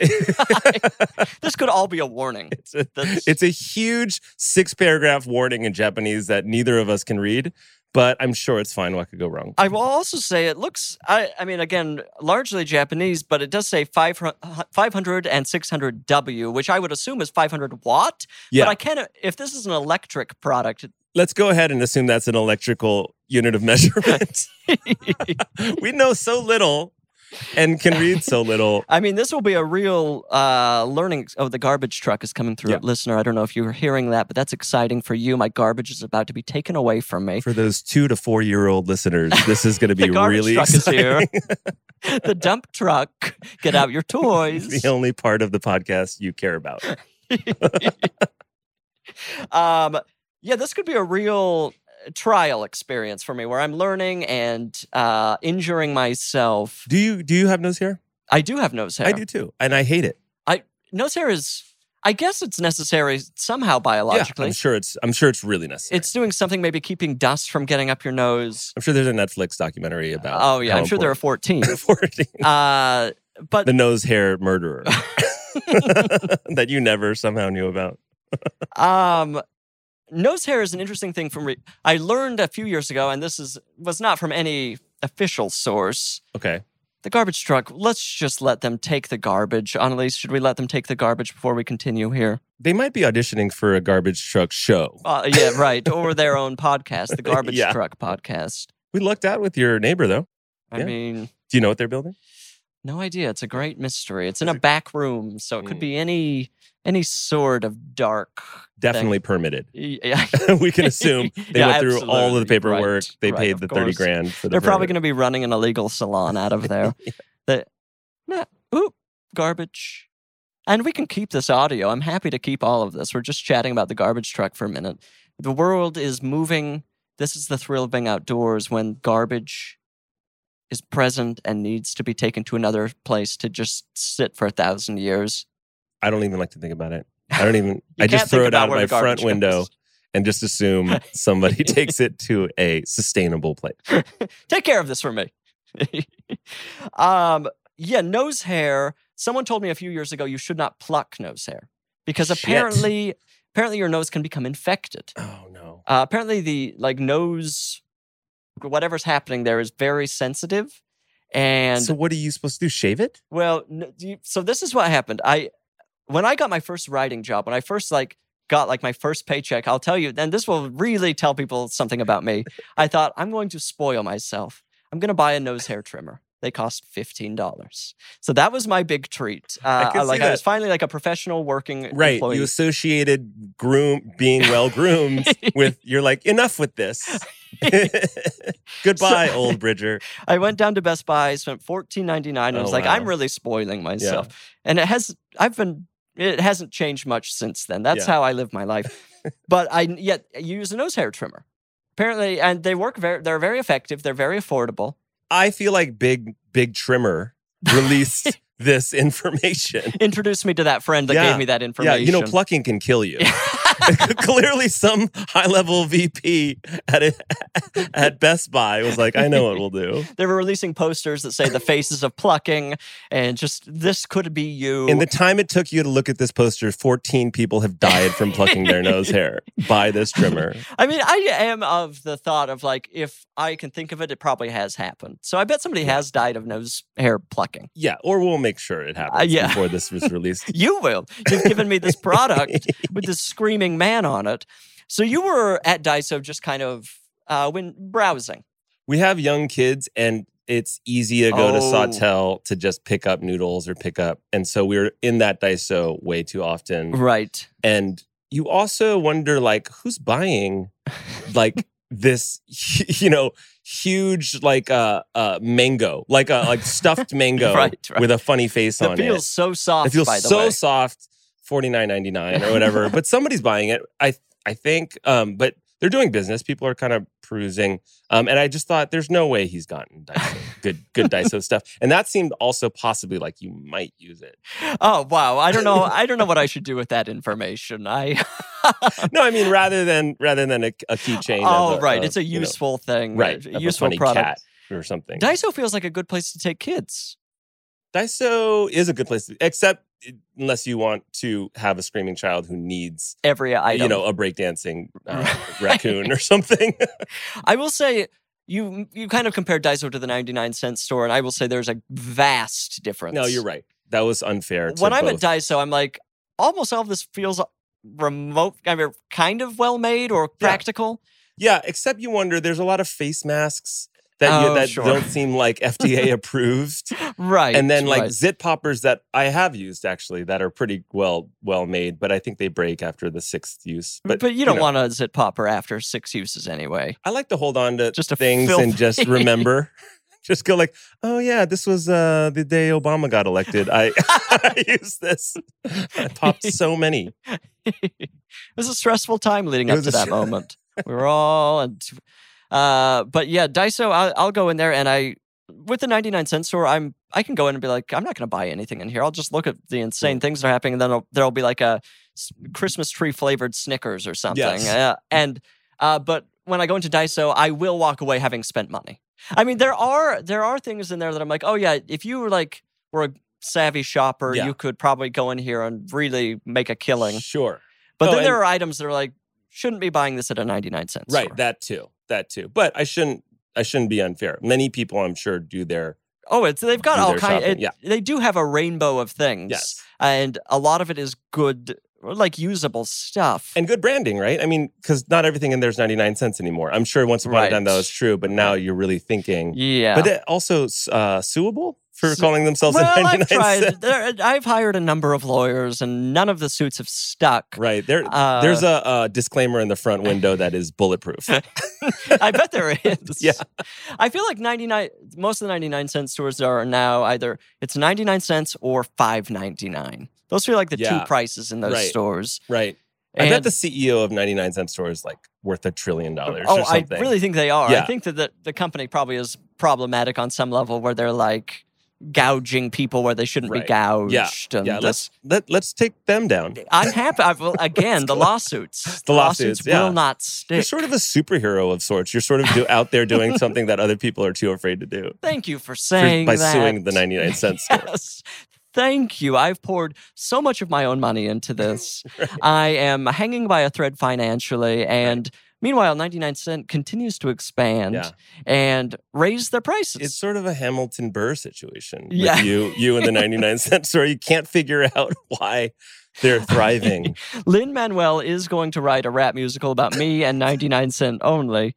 C: this could all be a warning.
D: it's, a,
C: That's-
D: it's a huge six paragraph warning in Japanese that neither of us can read. but I'm sure it's fine. What could go wrong?
C: I will also say it looks, I, I mean, again, largely Japanese, but it does say 500, 500 and 600W, which I would assume is 500 watt.
D: Yeah.
C: But I can't, if this is an electric product,
D: Let's go ahead and assume that's an electrical unit of measurement. we know so little and can read so little.
C: I mean, this will be a real uh, learning. ex- Oh, the garbage truck is coming through.
D: Yeah.
C: Listener, I don't know if you were hearing that, but that's exciting for you. My garbage is about to be taken away from me.
D: For those two to four year old listeners, this is going to
C: The
D: be
C: garbage
D: really
C: truck
D: exciting.
C: is here. the dump truck. Get out your toys.
D: the only part of the podcast you care about.
C: um, yeah, this could be a real uh, trial experience for me where I'm learning and uh, injuring myself.
D: Do you do you have nose hair?
C: I do have nose hair.
D: I do too, and I hate it.
C: Nose hair is, I guess it's necessary somehow
D: Yeah,
C: biologically.
D: I'm sure it's I'm sure it's really necessary.
C: It's doing something, maybe keeping dust from getting up your nose.
D: I'm sure there's a Netflix documentary about.
C: Oh yeah,
D: how
C: I'm sure there are 14.
D: important- important
C: uh, but
D: the nose hair murderer that you never somehow knew about.
C: um, nose hair is an interesting thing. From re- I learned a few years ago, and this is was not from any official source.
D: Okay,
C: The garbage truck. Let's just let them take the garbage. Annalise, should we let them take the garbage before we continue here?
D: they might be auditioning for a garbage truck show.
C: Uh, yeah, right. or their own podcast, the Garbage
D: Yeah.
C: Truck Podcast.
D: We lucked out with your neighbor though.
C: I
D: Yeah.
C: mean,
D: Do you know what they're building?
C: no idea. It's a great mystery. It's in a back room, so it could
D: Mm.
C: be any any sort of dark. e,
D: Definitely permitted.
C: Yeah.
D: we can assume they
C: Yeah,
D: went through all of the
C: absolutely.
D: paperwork.
C: Right,
D: they
C: right,
D: paid
C: of
D: the thirty
C: course.
D: grand. For the
C: They're probably
D: permit.
C: going to be running an illegal salon out of there. The nah, oop, garbage. And we can keep this audio. I'm happy to keep all of this. We're just chatting about the garbage truck for a minute. The world is moving. This is the thrill of being outdoors when garbage is present and needs to be taken to another place to just sit for a thousand years.
D: I don't even like to think about it. I don't even.
C: You
D: I just
C: can't think
D: throw it
C: about
D: out
C: where
D: my
C: the garbage
D: front
C: goes.
D: window and just assume somebody takes it to a sustainable place.
C: take care of this for me. um, yeah, nose hair. Someone told me a few years ago you should not pluck nose hair because
D: Shit.
C: apparently, apparently your nose can become infected.
D: Oh no!
C: Uh, apparently, the like nose, whatever's happening there is very sensitive, and
D: so what are you supposed to do? Shave it?
C: well, n- do you, so this is what happened. I when I got my first writing job, when I first like got like my first paycheck, I'll tell you, then this will really tell people something about me. I thought I'm going to spoil myself. I'm going to buy a nose hair trimmer. They cost fifteen dollars, so that was my big treat. Uh,
D: can
C: like
D: see
C: I was
D: that.
C: finally like a professional working
D: Right.
C: employee.
D: You associated groom being well groomed with. You're like enough with this. Goodbye, old Bridger.
C: I went down to Best Buy, spent fourteen ninety nine, and
D: Oh,
C: was like,
D: wow.
C: I'm really spoiling myself. And it has I've been it hasn't changed much since then. That's
D: Yeah.
C: how I live my life. but I yet use a nose hair trimmer. Apparently, and they work very they're very effective, they're very affordable.
D: I feel like big big trimmer released this information.
C: Introduce me to that friend that
D: Yeah.
C: gave me that
D: Yeah,
C: information.
D: you know, plucking can kill you. Clearly, some high level VP at a, at Best Buy was like, "I know what we'll do."
C: they were releasing posters that say the faces of plucking and just this could be you.
D: In the time it took you to look at this poster, 14 people have died from plucking their nose hair by this trimmer.
C: I mean, I am of the thought of like if I can think of it, it probably has happened. So I bet somebody has died of nose hair plucking.
D: Yeah, or we'll make sure it happens
C: Uh, yeah.
D: before this was released.
C: You will. You've given me this product with this screaming man on it. So you were at Daiso just kind of uh, when browsing.
D: We have young kids, and it's easy to go to
C: Oh.
D: Sawtell to just pick up noodles or pick up. And so we were in that Daiso way too often.
C: Right.
D: and you also wonder like who's buying like this you know huge like uh uh mango like a like stuffed mango
C: Right, right.
D: with a funny face
C: It
D: on
C: feels
D: it
C: so soft.
D: it feels
C: by the
D: so
C: way.
D: soft 49.99 or whatever but somebody's buying it i i think um but they're doing business people are kind of perusing um and i just thought there's no way he's gotten Daiso, good good Daiso stuff and that seemed also possibly like you might use it
C: Oh wow. I don't know. I don't know what I should do with that information. I.
D: no i mean rather than rather than a, a keychain
C: oh
D: of a-
C: right.
D: of,
C: it's a
D: you know,
C: useful thing.
D: right
C: a
D: of
C: useful
D: a funny
C: product.
D: cat or something
C: Daiso feels like a good place to take kids.
D: daiso is a good place to, except it- unless you want to have a screaming child who needs,
C: Every item.
D: you know, a breakdancing uh,
C: Right.
D: raccoon or something.
C: I will say you you kind of compared Daiso to the 99 cent store, and I will say there's a vast difference.
D: no, you're right. That was unfair. To
C: When I'm at
D: both.
C: Daiso, I'm like, almost all of this feels remote, I mean, kind of well made or practical.
D: yeah, except you wonder. There's a lot of face masks that
C: Oh,
D: you, that
C: sure.
D: don't seem like FDA approved,
C: Right.
D: and then like
C: right.
D: zit poppers that I have used actually that are pretty well well made, but I think they break after the sixth use.
C: But,
D: But,
C: you don't
D: know,
C: want a zit popper after six uses anyway.
D: I like to hold on to
C: Just a
D: things and
C: filthy-
D: just remember. Just go like, oh yeah, this was uh, the day Obama got elected. I, I used this. I popped so many.
C: it was a stressful time leading
D: It
C: up
D: was
C: to
D: a
C: that
D: str-
C: moment. We were all, and uh, but yeah, Daiso. I'll, I'll go in there and I, with the ninety nine cent store, I'm I can go in and be like, I'm not going to buy anything in here. I'll just look at the insane things that are happening, and then there'll, there'll be like a s- Christmas tree flavored Snickers or something.
D: Yes.
C: Uh, and uh, but when I go into Daiso, I will walk away having spent money. I mean, there are there are things in there that I'm like, oh yeah, if you were like were a savvy shopper,
D: Yeah.
C: you could probably go in here and really make a killing.
D: Sure.
C: But
D: Oh,
C: then there
D: and-
C: are items that are like, shouldn't be buying this at a 99 cent
D: Right,
C: store.
D: that too. That too. But I shouldn't I shouldn't be unfair. Many people I'm sure do their
C: oh, it's they've got
D: do
C: all
D: their
C: kinds.
D: shopping, yeah.
C: They do have a rainbow of things.
D: yes.
C: And a lot of it is good, like usable stuff.
D: And good branding, right? I mean, because not everything in there's 99 cents anymore. I'm sure once upon
C: Right.
D: a time that was true, but now you're really thinking.
C: yeah.
D: But it also uh, suable for
C: Su-
D: calling themselves a
C: well,
D: 99
C: I've tried.
D: cent.
C: There, I've hired a number of lawyers, and none of the suits have stuck.
D: Right. There,
C: Uh,
D: there's a, uh disclaimer in the front window that is bulletproof.
C: I bet there is.
D: Yeah.
C: I feel like 99 most of the 99 cent stores are now either it's 99 cents or 5.99. Those feel like the
D: Yeah.
C: two prices in those
D: Right.
C: stores.
D: right. I bet
C: And-
D: the CEO of 99 cent store is like worth a trillion dollars
C: Oh,
D: or something.
C: I really think they are. I
D: Yeah.
C: think that the, the company probably is problematic on some level where they're like gouging people where they shouldn't be
D: Right.
C: gouged. And
D: yeah,
C: this.
D: let's let, let's take them down.
C: I'm happy. I will, again, the lawsuits.
D: The lawsuits, yeah.
C: will not stick.
D: You're sort of a superhero of sorts. You're sort of do, out there doing something that other people are too afraid to do
C: Thank you for
D: for-
C: saying
D: by
C: that.
D: suing the 99 cent store.
C: Yes. Thank you. I've poured so much of my own money into this. I am hanging by a thread financially. And meanwhile, 99 Cent continues to expand
D: Yeah.
C: and raise their prices.
D: It's sort of a Hamilton Burr situation. with
C: Yeah.
D: you you and the 99 cent store. You can't figure out why they're thriving.
C: Lynn Manuel is going to write a rap musical about me and 99 Cent only.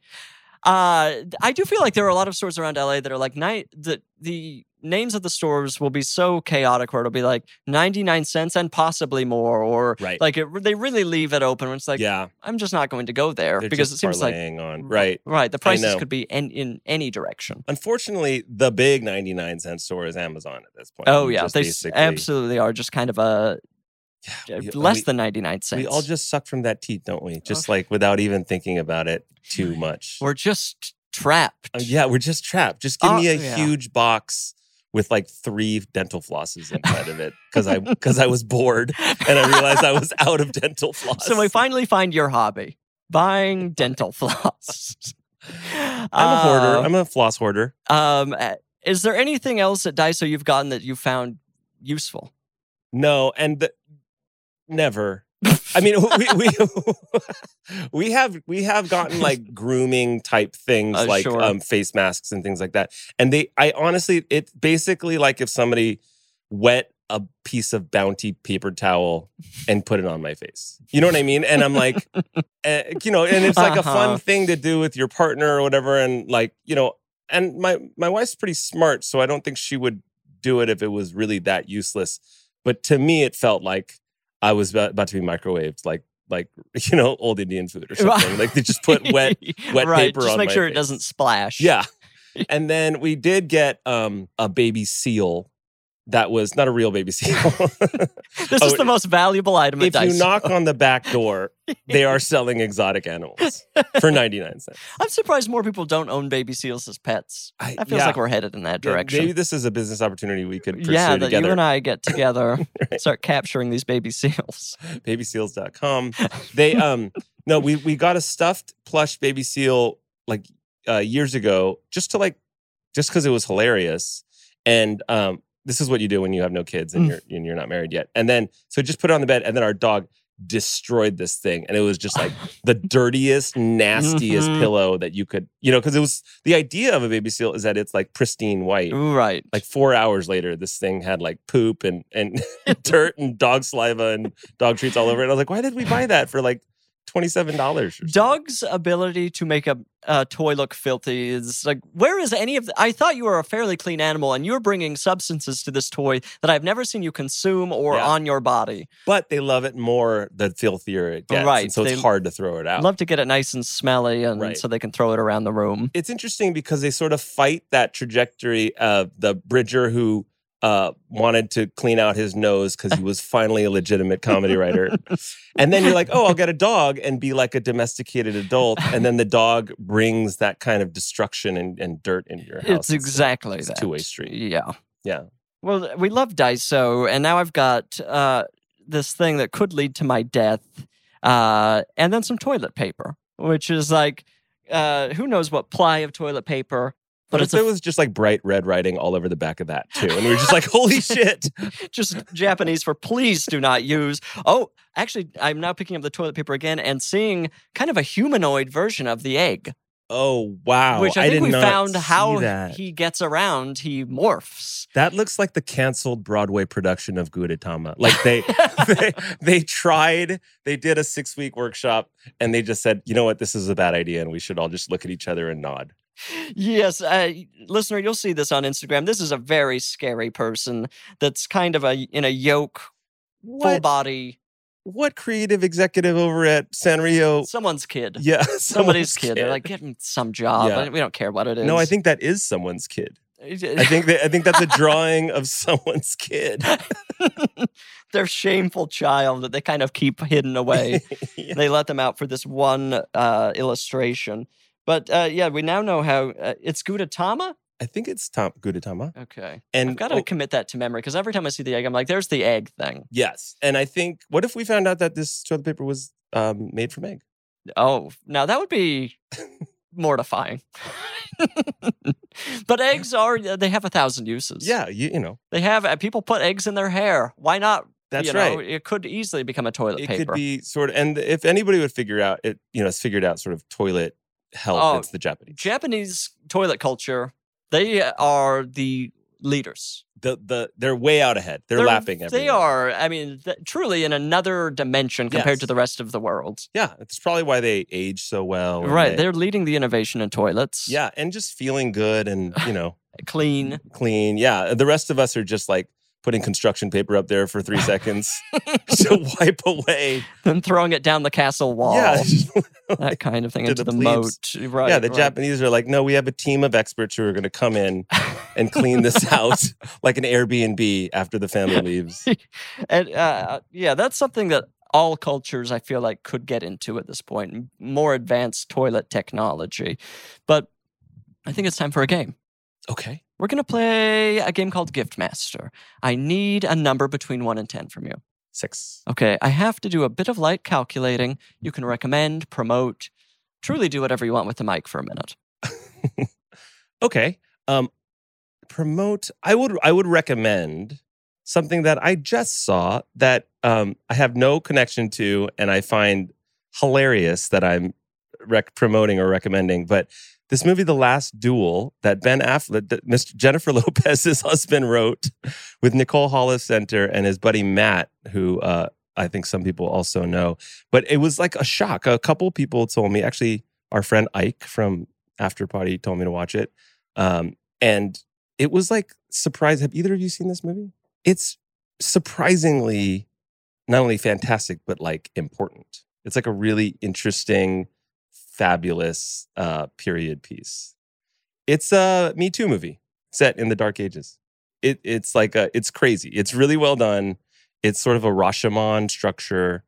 C: Uh, I do feel like there are a lot of stores around LA that are like night the the names of the stores will be so chaotic where it'll be like 99 cents and possibly more or
D: Right.
C: like it, they really leave it open when it's like
D: yeah.
C: I'm just not going to go there
D: They're
C: because it
D: just
C: seems like
D: parlaying on. Right.
C: right the prices
D: know.
C: could be in, in any direction.
D: Unfortunately, the big 99 cent store is Amazon at this point.
C: Oh
D: We
C: yeah,
D: just
C: they s-
D: basically-
C: absolutely are just kind of a
D: Yeah, we-
C: less
D: we-
C: than 99 cents.
D: We all just suck from that teat, don't we? Just
C: Okay.
D: like without even thinking about it too much.
C: We're just trapped.
D: Uh, yeah, we're just trapped. Just give
C: Uh,
D: me a
C: yeah.
D: huge box with like three dental flosses inside of it because I because I was bored and I realized I was out of dental floss.
C: So we finally find your hobby buying dental floss. I'm
D: I'm a
C: Oh.
D: hoarder. I'm a floss hoarder.
C: um, uh, is there anything else at Daiso you've gotten that you found useful?
D: No, and the, never. I mean, we we we have we have gotten like grooming type things
C: Uh,
D: like
C: sure.
D: um, face masks and things like that. And they, I honestly, it's basically like if somebody wet a piece of bounty paper towel and put it on my face. You know what I mean? And I'm like, uh, you know, and it's like a
C: Uh-huh.
D: fun thing to do with your partner or whatever. And like, you know, and my my wife's pretty smart, so I don't think she would do it if it was really that useless. But to me, it felt like I was about about to be microwaved, like like you know, old Indian food or
C: Right.
D: something. like they just put wet, wet
C: right,
D: paper
C: Just
D: on
C: make
D: my
C: sure it
D: face.
C: doesn't splash.
D: yeah. And then we did get um a baby seal. That was not a real baby seal.
C: this
D: Oh,
C: is the most valuable item at
D: if
C: Daiso.
D: you knock on the back door, they are selling exotic animals for 99 cents.
C: I'm surprised more people don't own baby seals as pets.
D: I,
C: That feels
D: yeah.
C: like we're headed in that
D: Yeah,
C: direction.
D: Maybe this is a business opportunity we could pursue
C: yeah, that you
D: together.
C: and I get together, start capturing these baby seals.
D: babyseals.com. They um no, we we got a stuffed plush baby seal like uh years ago just to like just cuz it was hilarious. And um this is what you do when you have no kids and
C: Mm.
D: you're and you're not married yet. And then so just put it on the bed, and then our dog destroyed this thing, and it was just like the dirtiest, nastiest
C: Mhm.
D: pillow that you could, you know, because it was the idea of a baby seal is that it's like pristine white.
C: right.
D: Like four hours later, this thing had like poop and and dirt and dog saliva and dog treats all over it. And I was like, why did we buy that for like twenty seven dollars?
C: Doug's ability to make a, a toy look filthy is like, where is any of the, I thought you were a fairly clean animal and you're bringing substances to this toy that I've never seen you consume or
D: Yeah.
C: on your body.
D: But they love it more the filthier it gets,
C: Right,
D: And so
C: they
D: it's hard to throw it out.
C: Love to get it nice and smelly and
D: Right.
C: so they can throw it around the room.
D: it's interesting because they sort of fight that trajectory of the Bridger who uh, wanted to clean out his nose because he was finally a legitimate comedy writer. And then you're like, oh, I'll get a dog and be like a domesticated adult. And then the dog brings that kind of destruction and, and dirt into your house.
C: It's exactly
D: it's
C: that.
D: two-way street.
C: Yeah.
D: Yeah.
C: Well, th- we love Daiso, and now I've got uh, this thing that could lead to my death, uh, and then some toilet paper, which is like, uh, who knows what ply of toilet paper,
D: But
C: but
D: if
C: it's
D: there
C: a,
D: was just like bright red writing all over the back of that too. And we were just like, holy shit.
C: just Japanese for please do not use. Oh, actually, I'm now picking up the toilet paper again and seeing kind of a humanoid version of the egg,
D: Oh, wow.
C: which I think
D: did
C: we
D: not
C: found
D: see
C: how
D: that.
C: he gets around. He morphs.
D: That looks like the canceled Broadway production of Gudetama. Like they, they they tried, they did a 6-week workshop and they just said, "You know what? This is a bad idea and we should all just look at each other and nod."
C: Yes, uh, listener, you'll see this on Instagram. This is a very scary person that's kind of a in a yoke, full
D: What
C: body,
D: what creative executive over at Sanrio?
C: someone's kid,
D: Oh, Yeah,
C: somebody's
D: someone's
C: kid. They're like, get him some job.
D: Yeah.
C: I- We don't care what it is.
D: "No, I think that is someone's kid. I
C: think
D: think that, I think that's a drawing of someone's kid."
C: their shameful child that they kind of keep hidden away.
D: Yeah.
C: They let them out for this one uh, illustration. But uh, yeah, we now know how uh, it's Gudetama.
D: I think it's Tom Gudetama.
C: Okay,
D: And
C: I've got to
D: oh,
C: commit that to memory because every time I see the egg, I'm like, "There's the egg thing."
D: yes, and I think what if we found out that this toilet paper was um, made from egg?
C: Oh, now that would be mortifying. but eggs are, they have a thousand uses.
D: Yeah, you, you know.
C: They have, uh, people put eggs in their hair. Why not?
D: That's
C: You
D: right.
C: know, It could easily become a toilet
D: it
C: paper.
D: could be sort of and if anybody would figure out it you know it's figured out sort of toilet health
C: Oh.
D: it's the japanese
C: Japanese toilet culture, they are the leaders.
D: the the they're way out ahead they're, laughing everywhere.
C: They are, I mean, th- truly in another dimension compared to
D: Yes.
C: the rest of the world.
D: yeah it's probably why they age so well and
C: Right.
D: they-
C: They're leading the innovation in toilets.
D: yeah and just feeling good and you know
C: Clean.
D: clean yeah the rest of us are just like putting construction paper up there for three seconds to wipe away
C: Then throwing it down the castle wall.
D: yeah
C: that kind of thing
D: to
C: into
D: the
C: the,
D: plebes.
C: moat. Right.
D: yeah the
C: right.
D: japanese are like no we have a team of experts who are going to come in and clean this out like an airbnb after the family leaves
C: and uh, yeah, that's something that all cultures I feel like could get into at this point. m- More advanced toilet technology, but I think it's time for a game.
D: okay
C: We're gonna play a game called Gift Master. I need a number between one and ten from you.
D: six
C: Okay, I have to do a bit of light calculating. You can recommend, promote, truly do whatever you want with the mic for a minute.
D: okay um promote i would i would recommend something that i just saw that um i have no connection to and i find hilarious that i'm rec- promoting or recommending but this movie the last duel that ben affleck that mr jennifer lopez's husband wrote with nicole hollis center and his buddy matt who uh i think some people also know but it was like a shock a couple people told me actually our friend ike from after party told me to watch it um, and it was like surprise. Have either of you seen this movie? It's surprisingly not only fantastic but like important. It's like a really interesting, fabulous uh, period piece. It's a Me Too movie set in the Dark Ages. It, it's like a, it's crazy. It's really well done. It's sort of a Rashomon structure,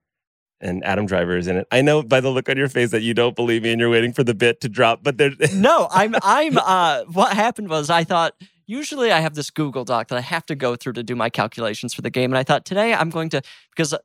D: and Adam Driver is in it. I know by the look on your face that you don't believe me, and you're waiting for the bit to drop. But there,
C: no, I'm I'm uh what happened was I thought usually I have this Google Doc that I have to go through to do my calculations for the game and I thought today I'm going to because it,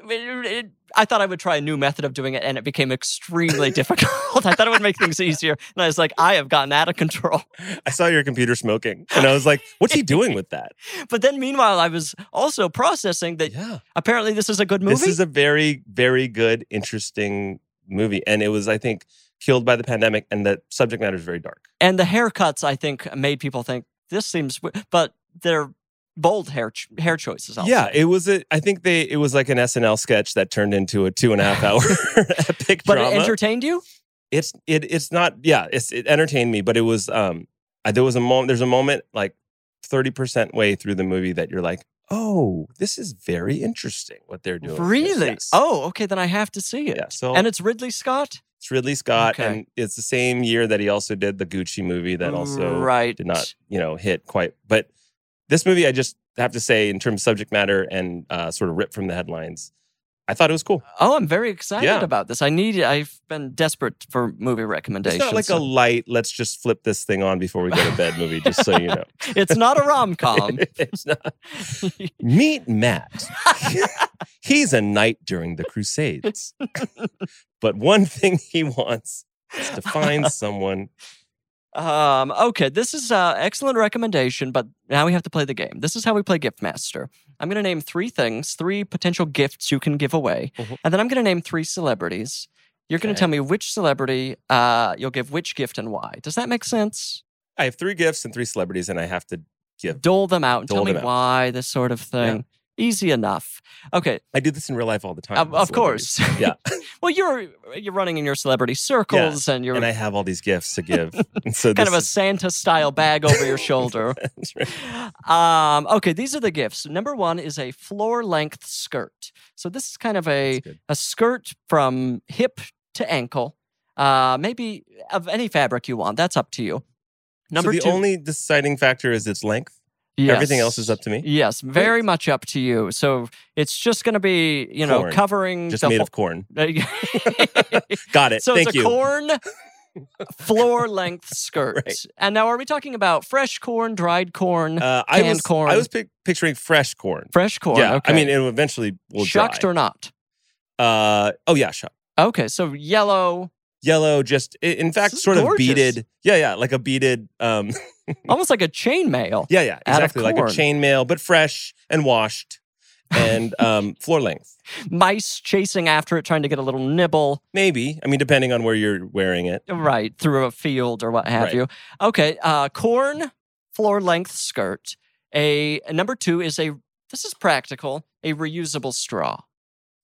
C: it- uh, I thought I would try a new method of doing it, and it became extremely difficult. I thought it would make things easier, and I was like, I have gotten out of control.
D: I saw your computer smoking, and I was like, "What's he doing with that?"
C: But then, meanwhile, I was also processing that
D: Yeah,
C: apparently this is a good movie.
D: this is a very, very good, interesting movie, and it was, I think, killed by the pandemic, and the subject matter is very dark.
C: and the haircuts, I think, made people think this seems, w-" but they're bold hair ch- hair choices. Also.
D: Yeah, it was. A, I think they. It was like an SNL sketch that turned into a two and a half hour epic
C: but
D: drama.
C: it entertained you.
D: it's it it's not. Yeah, it's it entertained me, but it was um. I, there was a moment. There's a moment like thirty percent way through the movie that you're like, oh, this is very interesting what they're doing. here."
C: Really?
D: Yes.
C: Oh, okay. Then I have to see it.
D: yeah. So
C: And it's Ridley Scott.
D: it's Ridley Scott,
C: Okay.
D: and it's the same year that he also did the Gucci movie that also
C: right.
D: did not you know hit quite but this movie i just have to say in terms of subject matter and uh, sort of ripped from the headlines i thought it was cool
C: Oh, I'm very excited
D: Yeah.
C: about this. I need. I've been desperate for movie
D: it's
C: recommendations.
D: not like a light let's just flip this thing on before we go to bed movie just so you know
C: it's not a rom com.
D: it's not meet matt he's a knight during the crusades but one thing he wants is to find someone
C: Um, okay, this is uh excellent recommendation, but now we have to play the game. This is how we play Gift Master. I'm going to name three things, three potential gifts you can give away,
D: Mhm.
C: and then I'm going to name three celebrities. You're going to
D: Okay.
C: tell me which celebrity uh, you'll give which gift and why. Does that make sense?
D: i have three gifts and three celebrities and i have to give
C: Dole them out and
D: Dole
C: tell me
D: them out.
C: why, this sort of thing. Easy enough. Okay,
D: i do this in real life all the time
C: of,
D: with
C: of
D: celebrities.
C: course.
D: yeah
C: well, you're you're running in your celebrity circles, and you're
D: and i have all these gifts to give and so
C: kind
D: this
C: of a
D: is-
C: Santa style bag over your shoulder.
D: That's right.
C: um, okay, these are the gifts. Number one is a floor length skirt. So this is kind of a,
D: That's good.
C: a skirt from hip to ankle, uh, maybe of any fabric you want. That's up to you. Number
D: so the
C: two,
D: only deciding factor is its length. everything else is up to me?
C: Yes, very much up to you. So it's just going to be you know
D: Corn.
C: covering
D: Just
C: the
D: made
C: whole.
D: of corn.
C: so
D: Got it. Thank
C: it's a
D: you.
C: corn floor length skirt.
D: Right.
C: And now, are we talking about fresh corn, dried corn,
D: Uh, I
C: canned
D: was
C: corn.
D: I was pic- picturing fresh corn.
C: fresh corn?
D: yeah,
C: okay.
D: I mean, it eventually will
C: shucked
D: dry.
C: or not?
D: uh, oh yeah, shucked.
C: Okay, so yellow,
D: Yellow, just i- in fact,
C: This is
D: sort
C: gorgeous.
D: of beaded. Yeah, yeah, like a beaded. Um,
C: almost like a chainmail.
D: yeah, yeah,
C: Out of
D: exactly, like a
C: corn.
D: chainmail, but fresh and washed, and um, floor length.
C: Mice chasing after it, trying to get a little nibble,
D: Maybe. I mean, depending on where you're wearing it.
C: right through a field or what have
D: Right.
C: you. Okay, uh, corn floor length skirt. A number two is a. This is practical. A reusable straw.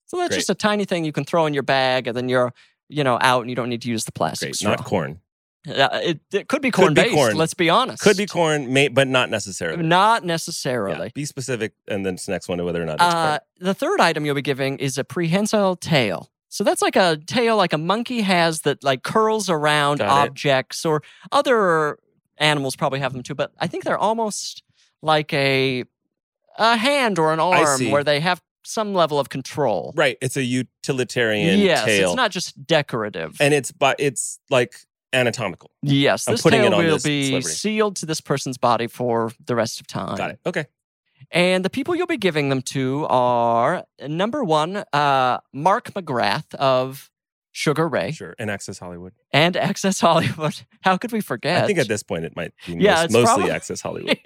C: So that's
D: Great.
C: just a tiny thing you can throw in your bag, and then you're you know out, and you don't need to use the plastic
D: Great,
C: straw.
D: not corn.
C: Uh, it, it could be
D: Could
C: corn
D: be
C: based.
D: corn.
C: Let's be honest.
D: Could be corn, may, but not necessarily.
C: Not
D: Yeah,
C: necessarily.
D: Be specific, and then this next one, whether or not it's corn.
C: Uh, the third item you'll be giving is a prehensile tail. So that's like a tail like a monkey has that like curls around
D: Got it.
C: objects or other animals probably have them too, but I think they're almost like a a hand or an arm
D: see.
C: where they have some level of control.
D: Right. It's a utilitarian
C: Yes,
D: tail.
C: it's not just decorative.
D: and it's but it's like anatomical.
C: yes,
D: I'm
C: this
D: putting it
C: tail
D: on
C: will
D: this
C: be
D: celebrity.
C: sealed to this person's body for the rest of time.
D: Got it. Okay.
C: And the people you'll be giving them to are number one, uh, Mark McGrath of Sugar Ray
D: Sure. And Access Hollywood.
C: and Access Hollywood. How could we forget?
D: I think at this point it might be
C: Yeah,
D: most-
C: it's
D: mostly
C: probably-
D: Access Hollywood.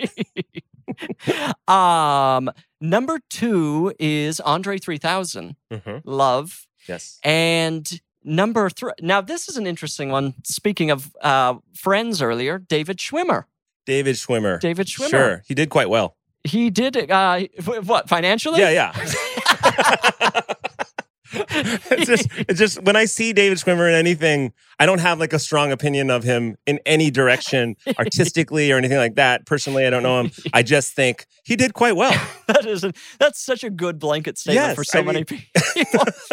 C: um, number two is Andre 3000,
D: Mhm.
C: Love.
D: Yes.
C: And number three, now this is an interesting one. Speaking of uh, friends earlier, David Schwimmer.
D: David Schwimmer.
C: David Schwimmer.
D: Sure. He did quite well.
C: He did, uh, what, financially?
D: yeah, yeah. it's just it's just when I see David Schwimmer in anything, I don't have like a strong opinion of him in any direction, artistically or anything like that. Personally, I don't know him. I just think he did quite well.
C: That is a, that's such a good blanket statement
D: Yes,
C: for so
D: I
C: many people.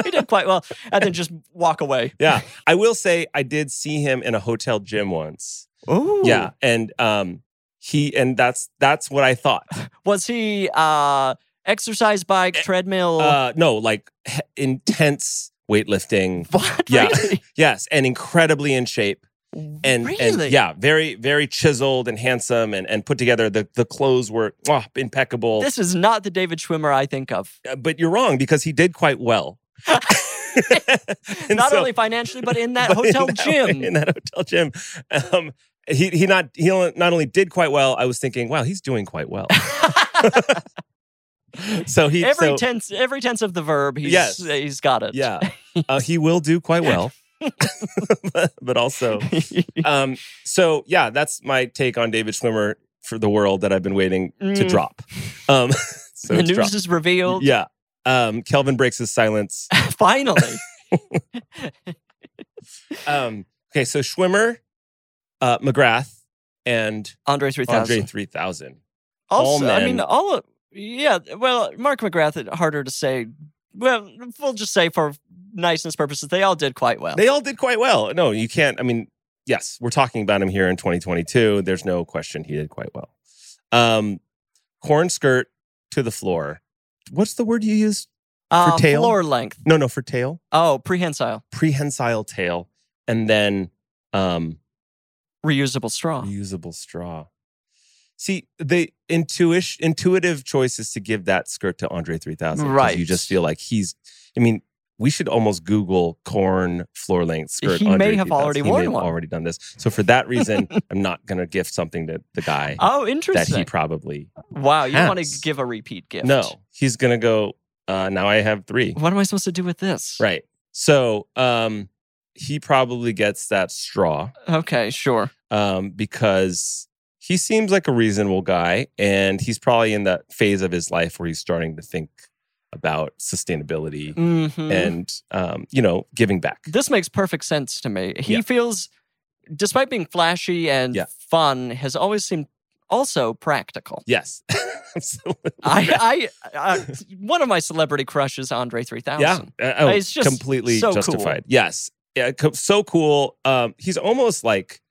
C: he did quite well, and then just walk away.
D: Yeah. I will say I did see him in a hotel gym once.
C: Oh,
D: Yeah, and um, he and that's that's what I thought.
C: Was he uh, exercise bike, treadmill?
D: Uh, no, like h- intense weightlifting.
C: what?
D: yeah.
C: Really?
D: Yes, and incredibly in shape, and,
C: really?
D: and yeah, very very chiseled and handsome, and and put together. The the clothes were mwah, impeccable.
C: This is not the David Schwimmer I think of.
D: Uh, but you're wrong because he did quite well. And
C: Not
D: so-
C: only financially, but in that
D: but in
C: hotel
D: that-
C: gym.
D: in that hotel gym. Um, he he not he not only did quite well. I was thinking, wow, he's doing quite well. so he
C: every
D: so,
C: tense, every tense of the verb, he's
D: Yes.
C: he's got it.
D: yeah, uh, he will do quite well. but, but also, um, so yeah, that's my take on David Schwimmer for the world that I've been waiting to
C: Mm.
D: drop. Um, so
C: the
D: it's
C: news
D: dropped.
C: is revealed.
D: yeah. Um, Kelvin breaks his silence.
C: Finally,
D: Um, okay, so Schwimmer, uh, McGrath, and
C: Andre three
D: Andre
C: thousand.
D: 3000. all
C: Also, I mean,
D: men.
C: all of, yeah. Well, Mark McGrath. it- Harder to say. Well, we'll just say for niceness purposes, they all did quite well.
D: They all did quite well. No, you can't. I mean, yes, we're talking about him here in 2022. There's no question he did quite well. Um, corn skirt to the floor. What's the word you use?
C: uh,
D: tail?
C: floor length.
D: No, no, for tail,
C: Oh, prehensile,
D: prehensile tail, and then um,
C: reusable straw.
D: reusable straw. See, the intuish, intuitive choice is to give that skirt to Andre 3000. 'cause
C: Right.
D: You just feel like he's, I mean, we should almost Google corn floor length skirt.
C: He
D: Andre
C: may have
D: 3000.
C: already
D: He may
C: worn
D: have
C: one.
D: already done this. So for that reason, I'm not going to gift something to the guy
C: Oh,
D: that he
C: interesting.
D: probably.
C: Wow, you want
D: has.
C: to give a repeat gift?
D: No, he's going to go, uh, now I have three.
C: What am I supposed to do with this?
D: Right. So um, he probably gets that straw.
C: Okay, sure.
D: um, because he seems like a reasonable guy and he's probably in that phase of his life where he's starting to think about sustainability
C: hmm
D: and um, you know giving back
C: this makes perfect sense to me. He
D: Yeah.
C: feels, despite being flashy and
D: Yeah.
C: fun, has always seemed also practical.
D: yes absolutely
C: I, I uh, one of my celebrity crushes, Andre three
D: yeah
C: thousand.
D: uh, oh,
C: It's just
D: completely
C: so cool.
D: justified yes yeah, co- so cool um, he's almost like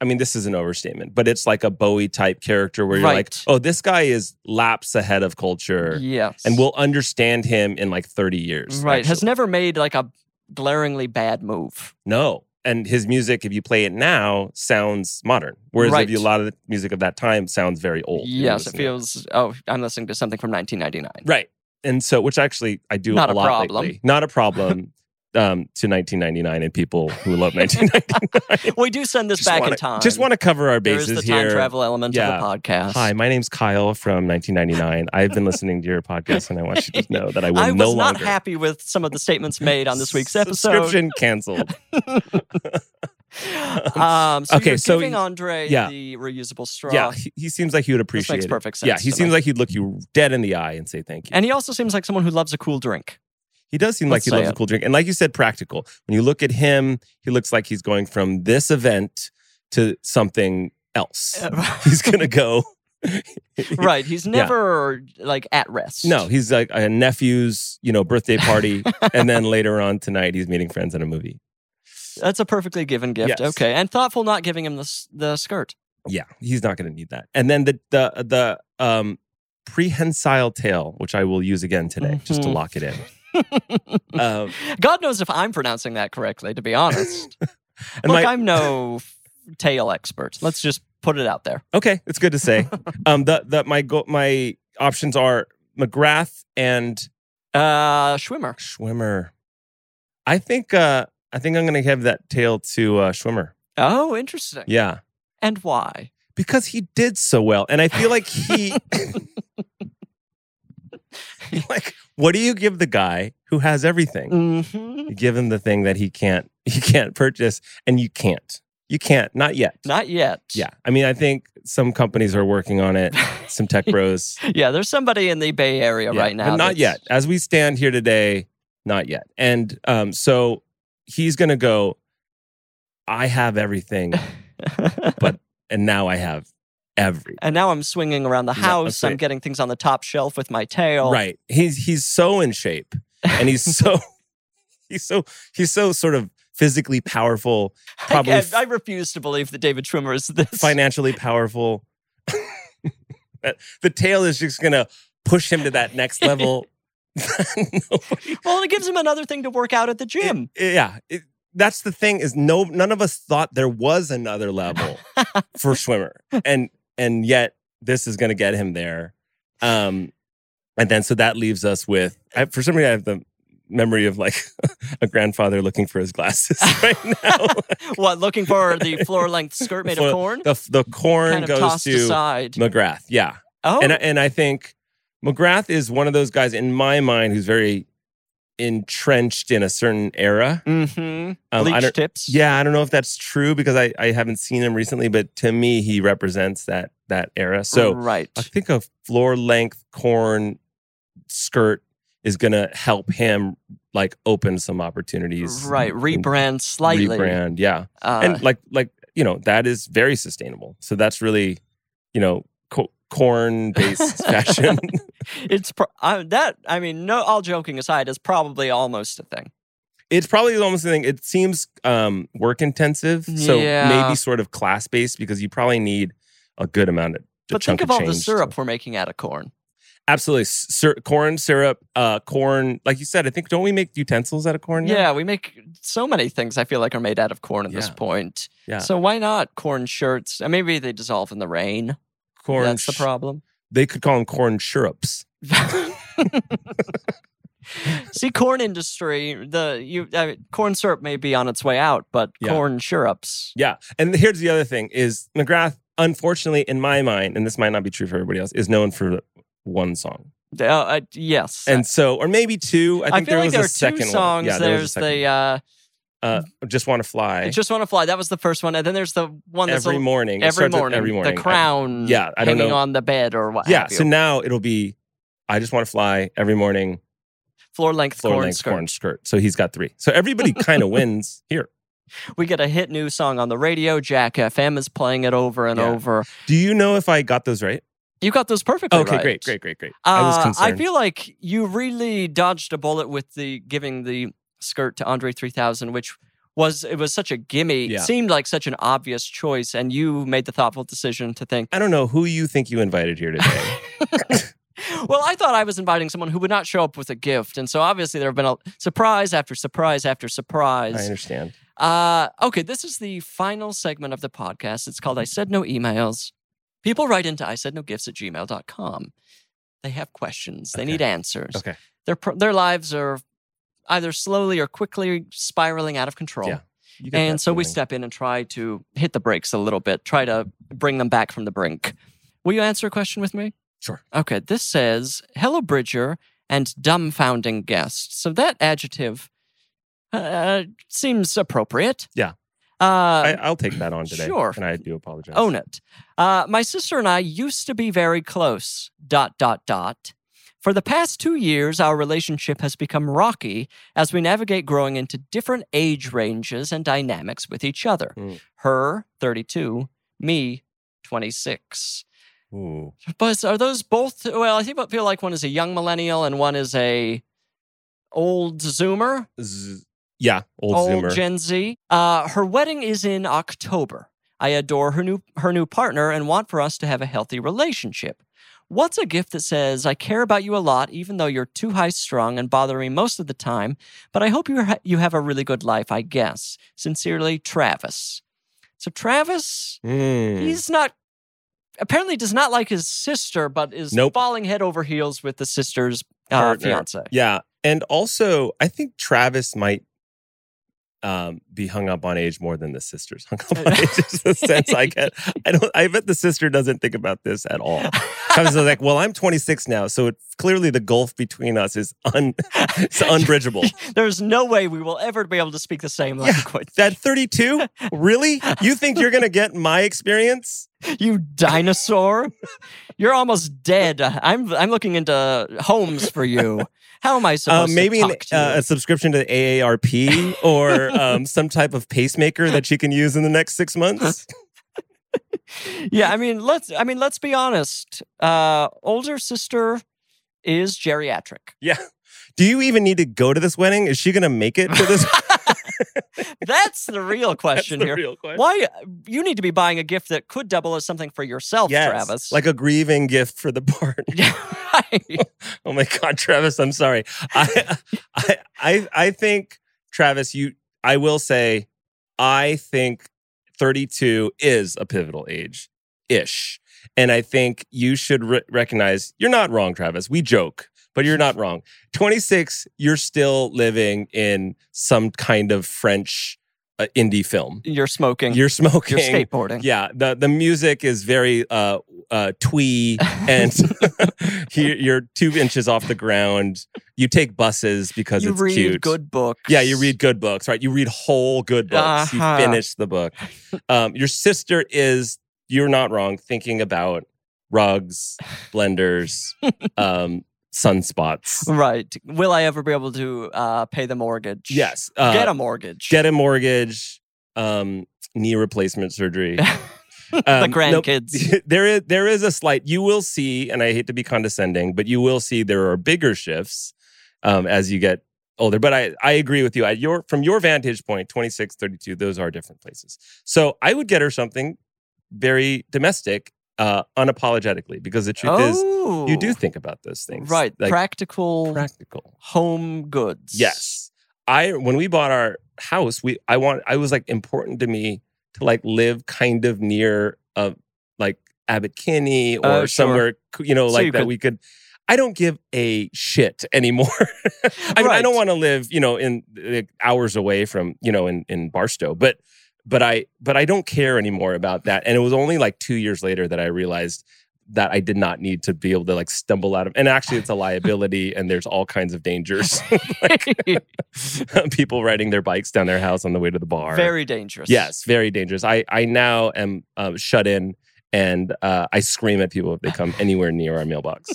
D: i mean this is an overstatement but it's like a bowie type character where you're like
C: Right.
D: oh this guy is laps ahead of culture
C: Yes,
D: and we'll understand him in like 30 years
C: right has
D: actually.
C: never made like a glaringly bad move.
D: No. And his music, if you play it now, sounds modern. Whereas
C: Right.
D: if you, a lot of the music of that time sounds very old. and you
C: yes, it
D: listen to
C: feels. Oh, I'm listening to something from 1999.
D: Right. And so, which actually I do
C: Not a
D: a lot
C: problem.
D: lately. Not a problem um, to 1999 and people who love 1999.
C: We do send this
D: Just
C: back
D: wanna-
C: in time.
D: Just want to cover our
C: there is
D: bases
C: the
D: here.
C: time travel element
D: Yeah.
C: of the podcast.
D: Hi, my name's Kyle from 1999. I've been listening to your podcast, and I want you to know that I will
C: I was
D: no
C: not
D: longer.
C: happy with some of the statements made on this week's episode.
D: Subscription canceled.
C: um, so
D: Okay,
C: you're
D: so
C: giving
D: y-
C: Andre
D: yeah.
C: the reusable straw.
D: Yeah, he, he seems like he would
C: this
D: appreciate
C: makes
D: it.
C: perfect sense.
D: Yeah, he
C: to
D: seems
C: me.
D: like he'd look you dead in the eye and say thank you.
C: and he also seems like someone who loves a cool drink.
D: He does seem like
C: Let's
D: he
C: say
D: loves a
C: it.
D: cool drink. And like you said, practical. When you look at him, he looks like he's going from this event to something else.
C: Uh,
D: he's going to go.
C: right, he's never like at rest.
D: No, he's like a nephew's, you know, birthday party. and then later on tonight, he's meeting friends in a movie.
C: that's a perfectly given gift.
D: Yes.
C: Okay, and thoughtful not giving him the s- the skirt.
D: Yeah, he's not going to need that. And then the, the, the, um, prehensile tail, which I will use again today just to
C: Mhm.
D: lock it in. um,
C: God knows if I'm pronouncing that correctly. To be honest,
D: and
C: look,
D: my-
C: I'm no f- tail expert. Let's just put it out there.
D: Okay, it's good to say. um, the the my go- my options are McGrath and
C: Uh, Schwimmer.
D: Schwimmer. I think uh, I think I'm gonna give that tail to uh, Schwimmer.
C: Oh, interesting.
D: Yeah,
C: And why?
D: because he did so well, and I feel like he like what do you give the guy who has everything?
C: hmm
D: You give him the thing that he can't he can't purchase, and you can't you can't not yet.
C: Not yet.
D: Yeah, I mean I think some companies are working on it. Some tech bros.
C: Yeah, there's somebody in the Bay Area
D: Yeah,
C: right now.
D: but not
C: that's-
D: yet. As we stand here today, not yet. And um, so he's going to go, I have everything, and now I have everything.
C: and now I'm swinging around the
D: Yeah,
C: house.
D: that's right.
C: I'm getting things on the top shelf with my tail.
D: Right. He's he's so in shape, and he's so he's so he's so sort of physically powerful,
C: I,
D: probably
C: can't- I refuse to believe that David Schwimmer is this.
D: financially powerful. That- the tail is just going to push him to that next level. Nobody
C: well, it gives him another thing to work out at the gym.
D: It- yeah, it- that's the thing is no none of us thought there was another level for swimmer, and and yet this is going to get him there. Um, and then so that leaves us with I, for some reason I have the memory of like a grandfather looking for his glasses right now.
C: what, looking for the floor length skirt made
D: Floor-
C: of corn?
D: the the corn
C: Kind of
D: goes
C: tossed
D: to
C: aside.
D: McGrath. Yeah,
C: Oh,
D: and I- and I think McGrath is one of those guys in my mind who's very entrenched in a certain era.
C: mm-hmm.
D: Um, I
C: Bleach
D: don't,
C: tips.
D: yeah, I don't know if that's true because I, I haven't seen him recently, but to me he represents that that era. So
C: right.
D: I think a floor length corn skirt is gonna help him like open some opportunities.
C: Right.
D: and
C: Rebrand slightly.
D: Rebrand, yeah.
C: Uh,
D: and like like you know, that is very sustainable. So that's really, you know, co- corn based fashion.
C: it's pro- I, that. I mean, no. All joking aside, is probably almost a thing.
D: it's probably almost the thing. It seems um, work intensive, so
C: Yeah.
D: maybe sort of class based because you probably need a good amount of. a
C: But
D: chunk
C: think of all
D: change
C: the
D: to-
C: syrup we're making out of corn.
D: Absolutely, S- sir, corn syrup, uh, corn. Like you said, I think don't we make utensils out of corn? now?
C: Yeah, we make so many things. I feel like are made out of corn at this
D: Yeah.
C: point.
D: Yeah.
C: So why not corn shirts? And maybe they dissolve in the rain.
D: corn.
C: That's the
D: sh-
C: problem.
D: They could call them corn syrups.
C: See, corn industry. The you I mean, corn syrup may be on its way out, but
D: Yeah.
C: corn syrups.
D: Yeah, and here's the other thing: is McGrath, unfortunately, in my mind, and this might not be true for everybody else, is known for one song,
C: Uh, uh, yes,
D: and so or maybe two. I
C: I,
D: think
C: feel
D: there
C: like
D: was
C: there
D: a
C: are
D: second
C: two songs.
D: one. Yeah, there was a
C: there's
D: second
C: the uh,
D: one. uh, just want to fly.
C: "Just Want to Fly." That was the first one, and then there's the one that's
D: every
C: a,
D: morning. It
C: every,
D: starts with
C: morning,
D: Every morning.
C: The crown.
D: yeah, I don't
C: hanging
D: know.
C: on the bed or what.
D: yeah.
C: have
D: So
C: you.
D: now it'll be, I just want to fly every morning.
C: floor length
D: Floor
C: corn
D: length
C: skirt.
D: corn skirt. So he's got three. So everybody kind of wins here.
C: We get a hit new song on the radio. Jack FM is playing it over and
D: Yeah.
C: over.
D: Do you know if I got those right?
C: You got those perfectly
D: Okay,
C: right.
D: great, great, great, great.
C: Uh,
D: I was concerned.
C: feel like you really dodged a bullet with the giving the skirt to Andre 3000, which was it was such a gimme. It
D: Yeah.
C: seemed like such an obvious choice, and you made the thoughtful decision to think.
D: I don't know who you think you invited here today.
C: Well, I thought I was inviting someone who would not show up with a gift, and so obviously there have been a surprise after surprise after
D: I
C: surprise.
D: understand.
C: Uh, okay, this is the final segment of the podcast. It's called I Said No Emails. People write into I said no gifts at gmail.com. They have questions, they
D: Okay.
C: need answers.
D: Okay.
C: Their, pro- their lives are either slowly or quickly spiraling out of control.
D: Yeah, You got
C: and
D: that
C: so we
D: feeling.
C: step in and try to hit the brakes a little bit, try to bring them back from the brink. Will you answer a question with me?
D: Sure.
C: Okay, this says, Hello, Bridger and dumbfounding guest. So that adjective uh, seems appropriate.
D: Yeah.
C: Uh,
D: I, I'll take that on today.
C: Sure.
D: And I do apologize.
C: own it. Uh, my sister and I used to be very close. Dot dot dot. For the past two years, our relationship has become rocky as we navigate growing into different age ranges and dynamics with each other.
D: Mm.
C: Her, 32, me, 26.
D: Ooh.
C: But are those both? Well, I think I feel like one is a young millennial and one is a old Zoomer
D: Z- yeah. Old,
C: old
D: Zoomer.
C: Gen Z. Uh, her wedding is in October. I adore her new her new partner and want for us to have a healthy relationship. What's a gift that says I care about you a lot, even though you're too high strung and bother me most of the time? But I hope you ha- you have a really good life. I guess sincerely, Travis. So Travis,
D: Mm.
C: he's not apparently does not like his sister, but is
D: Nope.
C: falling head over heels with the sister's uh,
D: Partner.
C: fiance.
D: Yeah. And also, I think Travis might um, be hung up on age more than the sisters hung up on age. is the sense I get. I don't. I bet the sister doesn't think about this at all. Travis is like, "Well, I'm 26 now, so it, clearly the gulf between us is un, it's unbridgeable."
C: There's no way we will ever be able to speak the same
D: Yeah.
C: language.
D: That 32, really? You think you're gonna get my experience?
C: You dinosaur. You're almost dead. I'm I'm looking into homes for you. How am I
D: Uh,
C: supposed
D: maybe
C: to
D: an,
C: talk to
D: uh,
C: you?
D: a subscription to the AARP or um, some type of pacemaker that you can use in the next six months. uh,
C: yeah, I mean, let's I mean, let's be honest. Uh older sister is geriatric.
D: Yeah. Do you even need to go to this wedding? Is she going to make it to this?
C: That's the real
D: That's
C: question
D: the
C: here.
D: real question.
C: Why uh, you need to be buying a gift that could double as something for yourself,
D: Yes,
C: Travis.
D: like a grieving gift for the part.
C: Right.
D: Oh my God, Travis, I'm sorry. I, I, I, I think Travis, you. I will say, I think 32 is a pivotal age, ish, and I think you should re- recognize you're not wrong, Travis. We joke, but you're not wrong. 26, you're still living in some kind of French uh, indie film.
C: You're smoking.
D: You're smoking.
C: You're skateboarding.
D: Yeah, the the music is very uh, uh, twee, and you- you're two inches off the ground. You take buses because
C: you
D: it's
C: read
D: cute.
C: good books.
D: yeah, you read good books, right? You read whole good books.
C: Uh-huh.
D: You finish the book. Um, your sister is, you're not wrong, thinking about rugs, blenders, um, sunspots.
C: Right. Will I ever be able to uh, pay the mortgage?
D: Yes. Uh,
C: get a mortgage.
D: get a mortgage, um, knee replacement surgery.
C: the
D: Um, no,
C: grandkids.
D: there is there is a slight you will see and i hate to be condescending but you will see there are bigger shifts um, as you get older but i i agree with you at your from your vantage point 26 32 those are different places so i would get her something very domestic uh unapologetically because the truth
C: oh,
D: is you do think about those things
C: right.
D: like
C: practical
D: practical
C: home goods.
D: Yes. I when we bought our house, we I want I was like important to me to like live kind of near uh like Abbot Kinney or
C: Oh, sure.
D: somewhere you know
C: So
D: like
C: you
D: that
C: could-
D: we could I don't give a shit anymore. I mean, I
C: Right.
D: don't want to live, you know, in like, hours away from, you know, in in Barstow, but but I but I don't care anymore about that. And it was only like 2 years later that I realized that I did not need to be able to like stumble out of. And actually it's a liability and there's all kinds of dangers. people riding their bikes down their house on the way to the bar.
C: Very dangerous.
D: yes, very dangerous. I I now am uh, shut in, and uh, I scream at people if they come anywhere near our mailbox.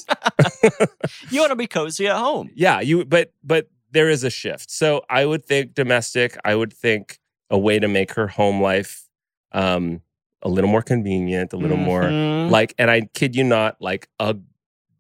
C: You want to be cozy at home.
D: yeah, you. But but there is a shift. So I would think domestic. I would think a way to make her home life um, a little more convenient, a little more
C: Mhm.
D: like and i kid you not like a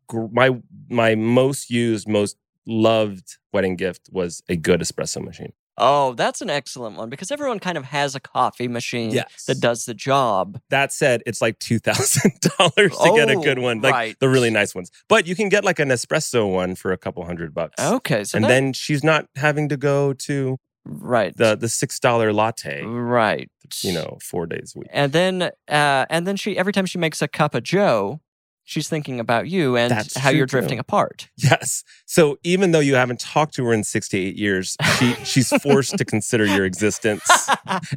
D: gr- my my most used most loved wedding gift was a good espresso machine
C: Oh, that's an excellent one because everyone kind of has a coffee machine
D: Yes.
C: that does Mm. the job.
D: that said it's like $2000 to get a
C: Oh,
D: good one like
C: right.
D: the really nice ones but you can get like an espresso one for a couple hundred bucks
C: Okay, Oh, so
D: and
C: that-
D: then she's not having to go to
C: right,
D: the the six dollar latte
C: Mm. right,
D: you know four days a week
C: and then uh, and then she every time she makes a cup of Joe, she's thinking about you and
D: That's
C: how
D: true,
C: you're
D: too.
C: drifting apart.
D: yes so even though you haven't talked to her in six to eight years she she's forced to consider your existence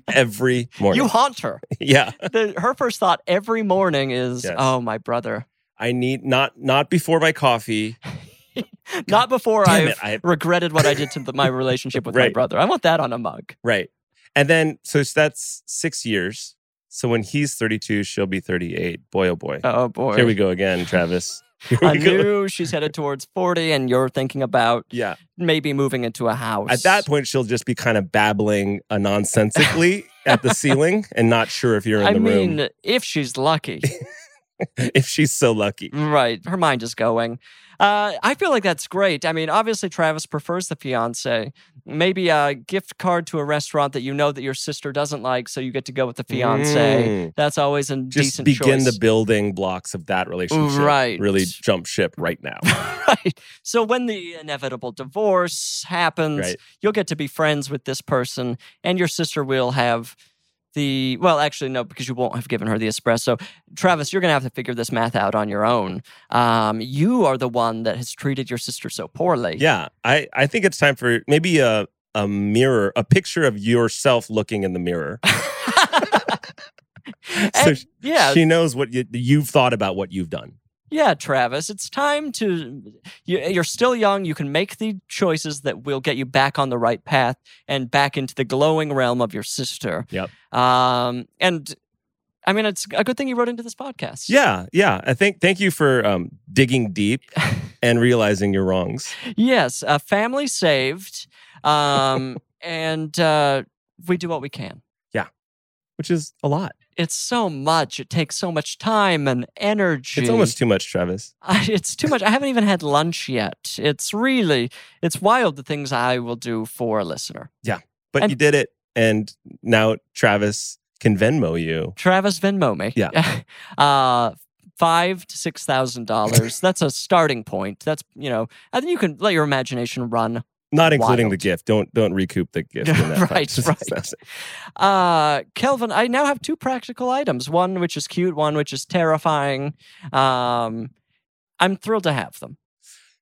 D: every morning
C: you haunt her.
D: yeah
C: The, her first thought every morning is,
D: Yes.
C: "Oh, my brother."
D: I need not not before my coffee.
C: Not before
D: Damn
C: I
D: it! I
C: regretted what I did to the, my relationship with my
D: Right.
C: brother. I want that on a mug.
D: right, and then so that's six years. So when he's thirty-two, she'll be thirty-eight. Boy, oh boy!
C: Oh boy,
D: Here we go again, Travis. Here we
C: I
D: go.
C: knew she's headed towards forty, and you're thinking about
D: Yeah,
C: maybe moving into a house
D: at that point, she'll just be kind of babbling uh, nonsensically at the ceiling and not sure if you're in
C: I
D: the
C: mean,
D: room.
C: if she's lucky,
D: If she's so lucky,
C: right? Her mind is going. Uh, I feel like that's great. I mean, obviously, Travis prefers the fiance. Maybe a gift card to a restaurant that you know that your sister doesn't like, so you get to go with the fiance.
D: Mm.
C: That's always a
D: Just
C: decent
D: begin
C: choice.
D: the building blocks of that relationship.
C: Right.
D: Really jump ship right now.
C: right. So when the inevitable divorce happens,
D: Right.
C: you'll get to be friends with this person, and your sister will have the well, actually no, because you won't have given her the espresso. Travis, you're gonna have to figure this math out on your own. Um, you are the one that has treated your sister so poorly.
D: Yeah, I I think it's time for maybe a a mirror, a picture of yourself looking in the mirror. so
C: And- yeah,
D: she knows what you, you've thought about what you've done.
C: yeah, Travis. It's time to. you- You're still young. You can make the choices that will get you back on the right path and back into the glowing realm of your sister.
D: Yep.
C: Um, and I mean, it's a good thing you wrote into this podcast.
D: Yeah, yeah. I think thank you for um, digging deep and realizing your wrongs.
C: Yes. A family saved. Um, and uh, we do what we can.
D: Which is a lot.
C: It's so much. It takes so much time and energy.
D: It's almost too much, Travis.
C: I, it's too much. I haven't even had lunch yet. It's really, it's wild the things I will do for a listener.
D: But
C: And-
D: you did it, and now Travis can Venmo you.
C: Travis Venmo me.
D: Yeah.
C: uh, five to six thousand dollars. That's a starting point. That's you know, I think you can let your imagination run.
D: Not including the
C: Wild.
D: gift. Don't don't recoup the gift. in that
C: Right,
D: five-
C: right. Uh, Kelvin, I now have two practical items. One which is cute. One which is terrifying. Um, I'm thrilled to have them.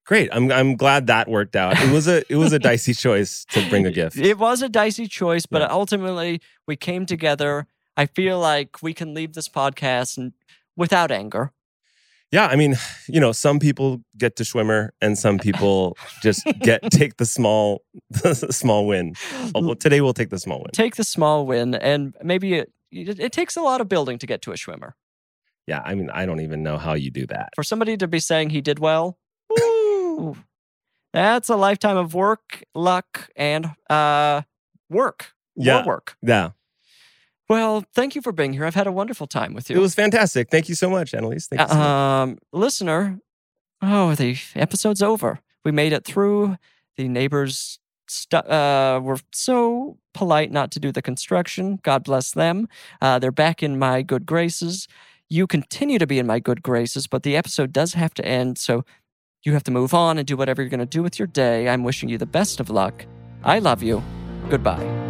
D: Great. I'm I'm glad that worked out. It was a it was a dicey choice to bring a gift.
C: It was a dicey choice, but
D: Yeah.
C: ultimately we came together. I feel like we can leave this podcast and, without anger.
D: Yeah, I mean, you know, some people get to swimmer and some people just get take the small the small win. Oh, well, Today we'll take the small win.
C: Take the small win, and maybe it, it, it takes a lot of building to get to a swimmer.
D: Yeah, I mean, I don't even know how you do that.
C: for somebody to be saying he did well, woo, that's a lifetime of work, luck, and uh, work. More
D: Yeah.
C: work.
D: Yeah.
C: Well, thank you for being here. I've had a wonderful time with you.
D: It was fantastic. Thank you so much, Annalise. Thank you so much.
C: um, listener, oh, the episode's over. We made it through. The neighbors stu- uh, were so polite not to do the construction. God bless them. Uh, they're back in my good graces. You continue to be in my good graces, but the episode does have to end. So you have to move on and do whatever you're going to do with your day. I'm wishing you the best of luck. I love you. Goodbye.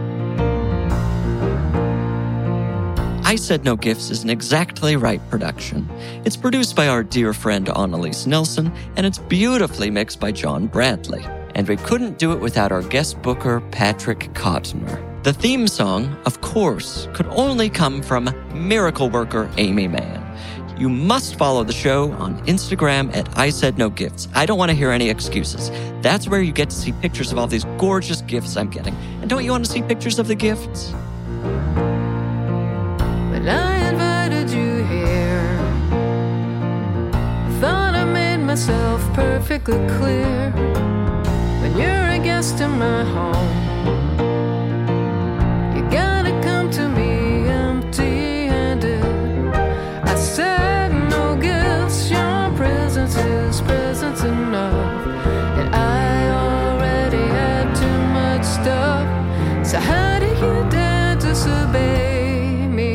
C: I Said No Gifts is an exactly right production. It's produced by our dear friend Annalise Nelson, and it's beautifully mixed by John Bradley. And we couldn't do it without our guest booker, Patrick Kottner. The theme song, of course, could only come from miracle worker Amy Mann. You must follow the show on Instagram at I Said No Gifts. I don't want to hear any excuses. That's where you get to see pictures of all these gorgeous gifts I'm getting. And don't you want to see pictures of the gifts?
B: When I invited you here, I thought I made myself perfectly clear. When you're a guest in my home, you gotta come to me empty handed. I said no gifts, your presence is presence enough. And I already had too much stuff. So how do you dare disobey me?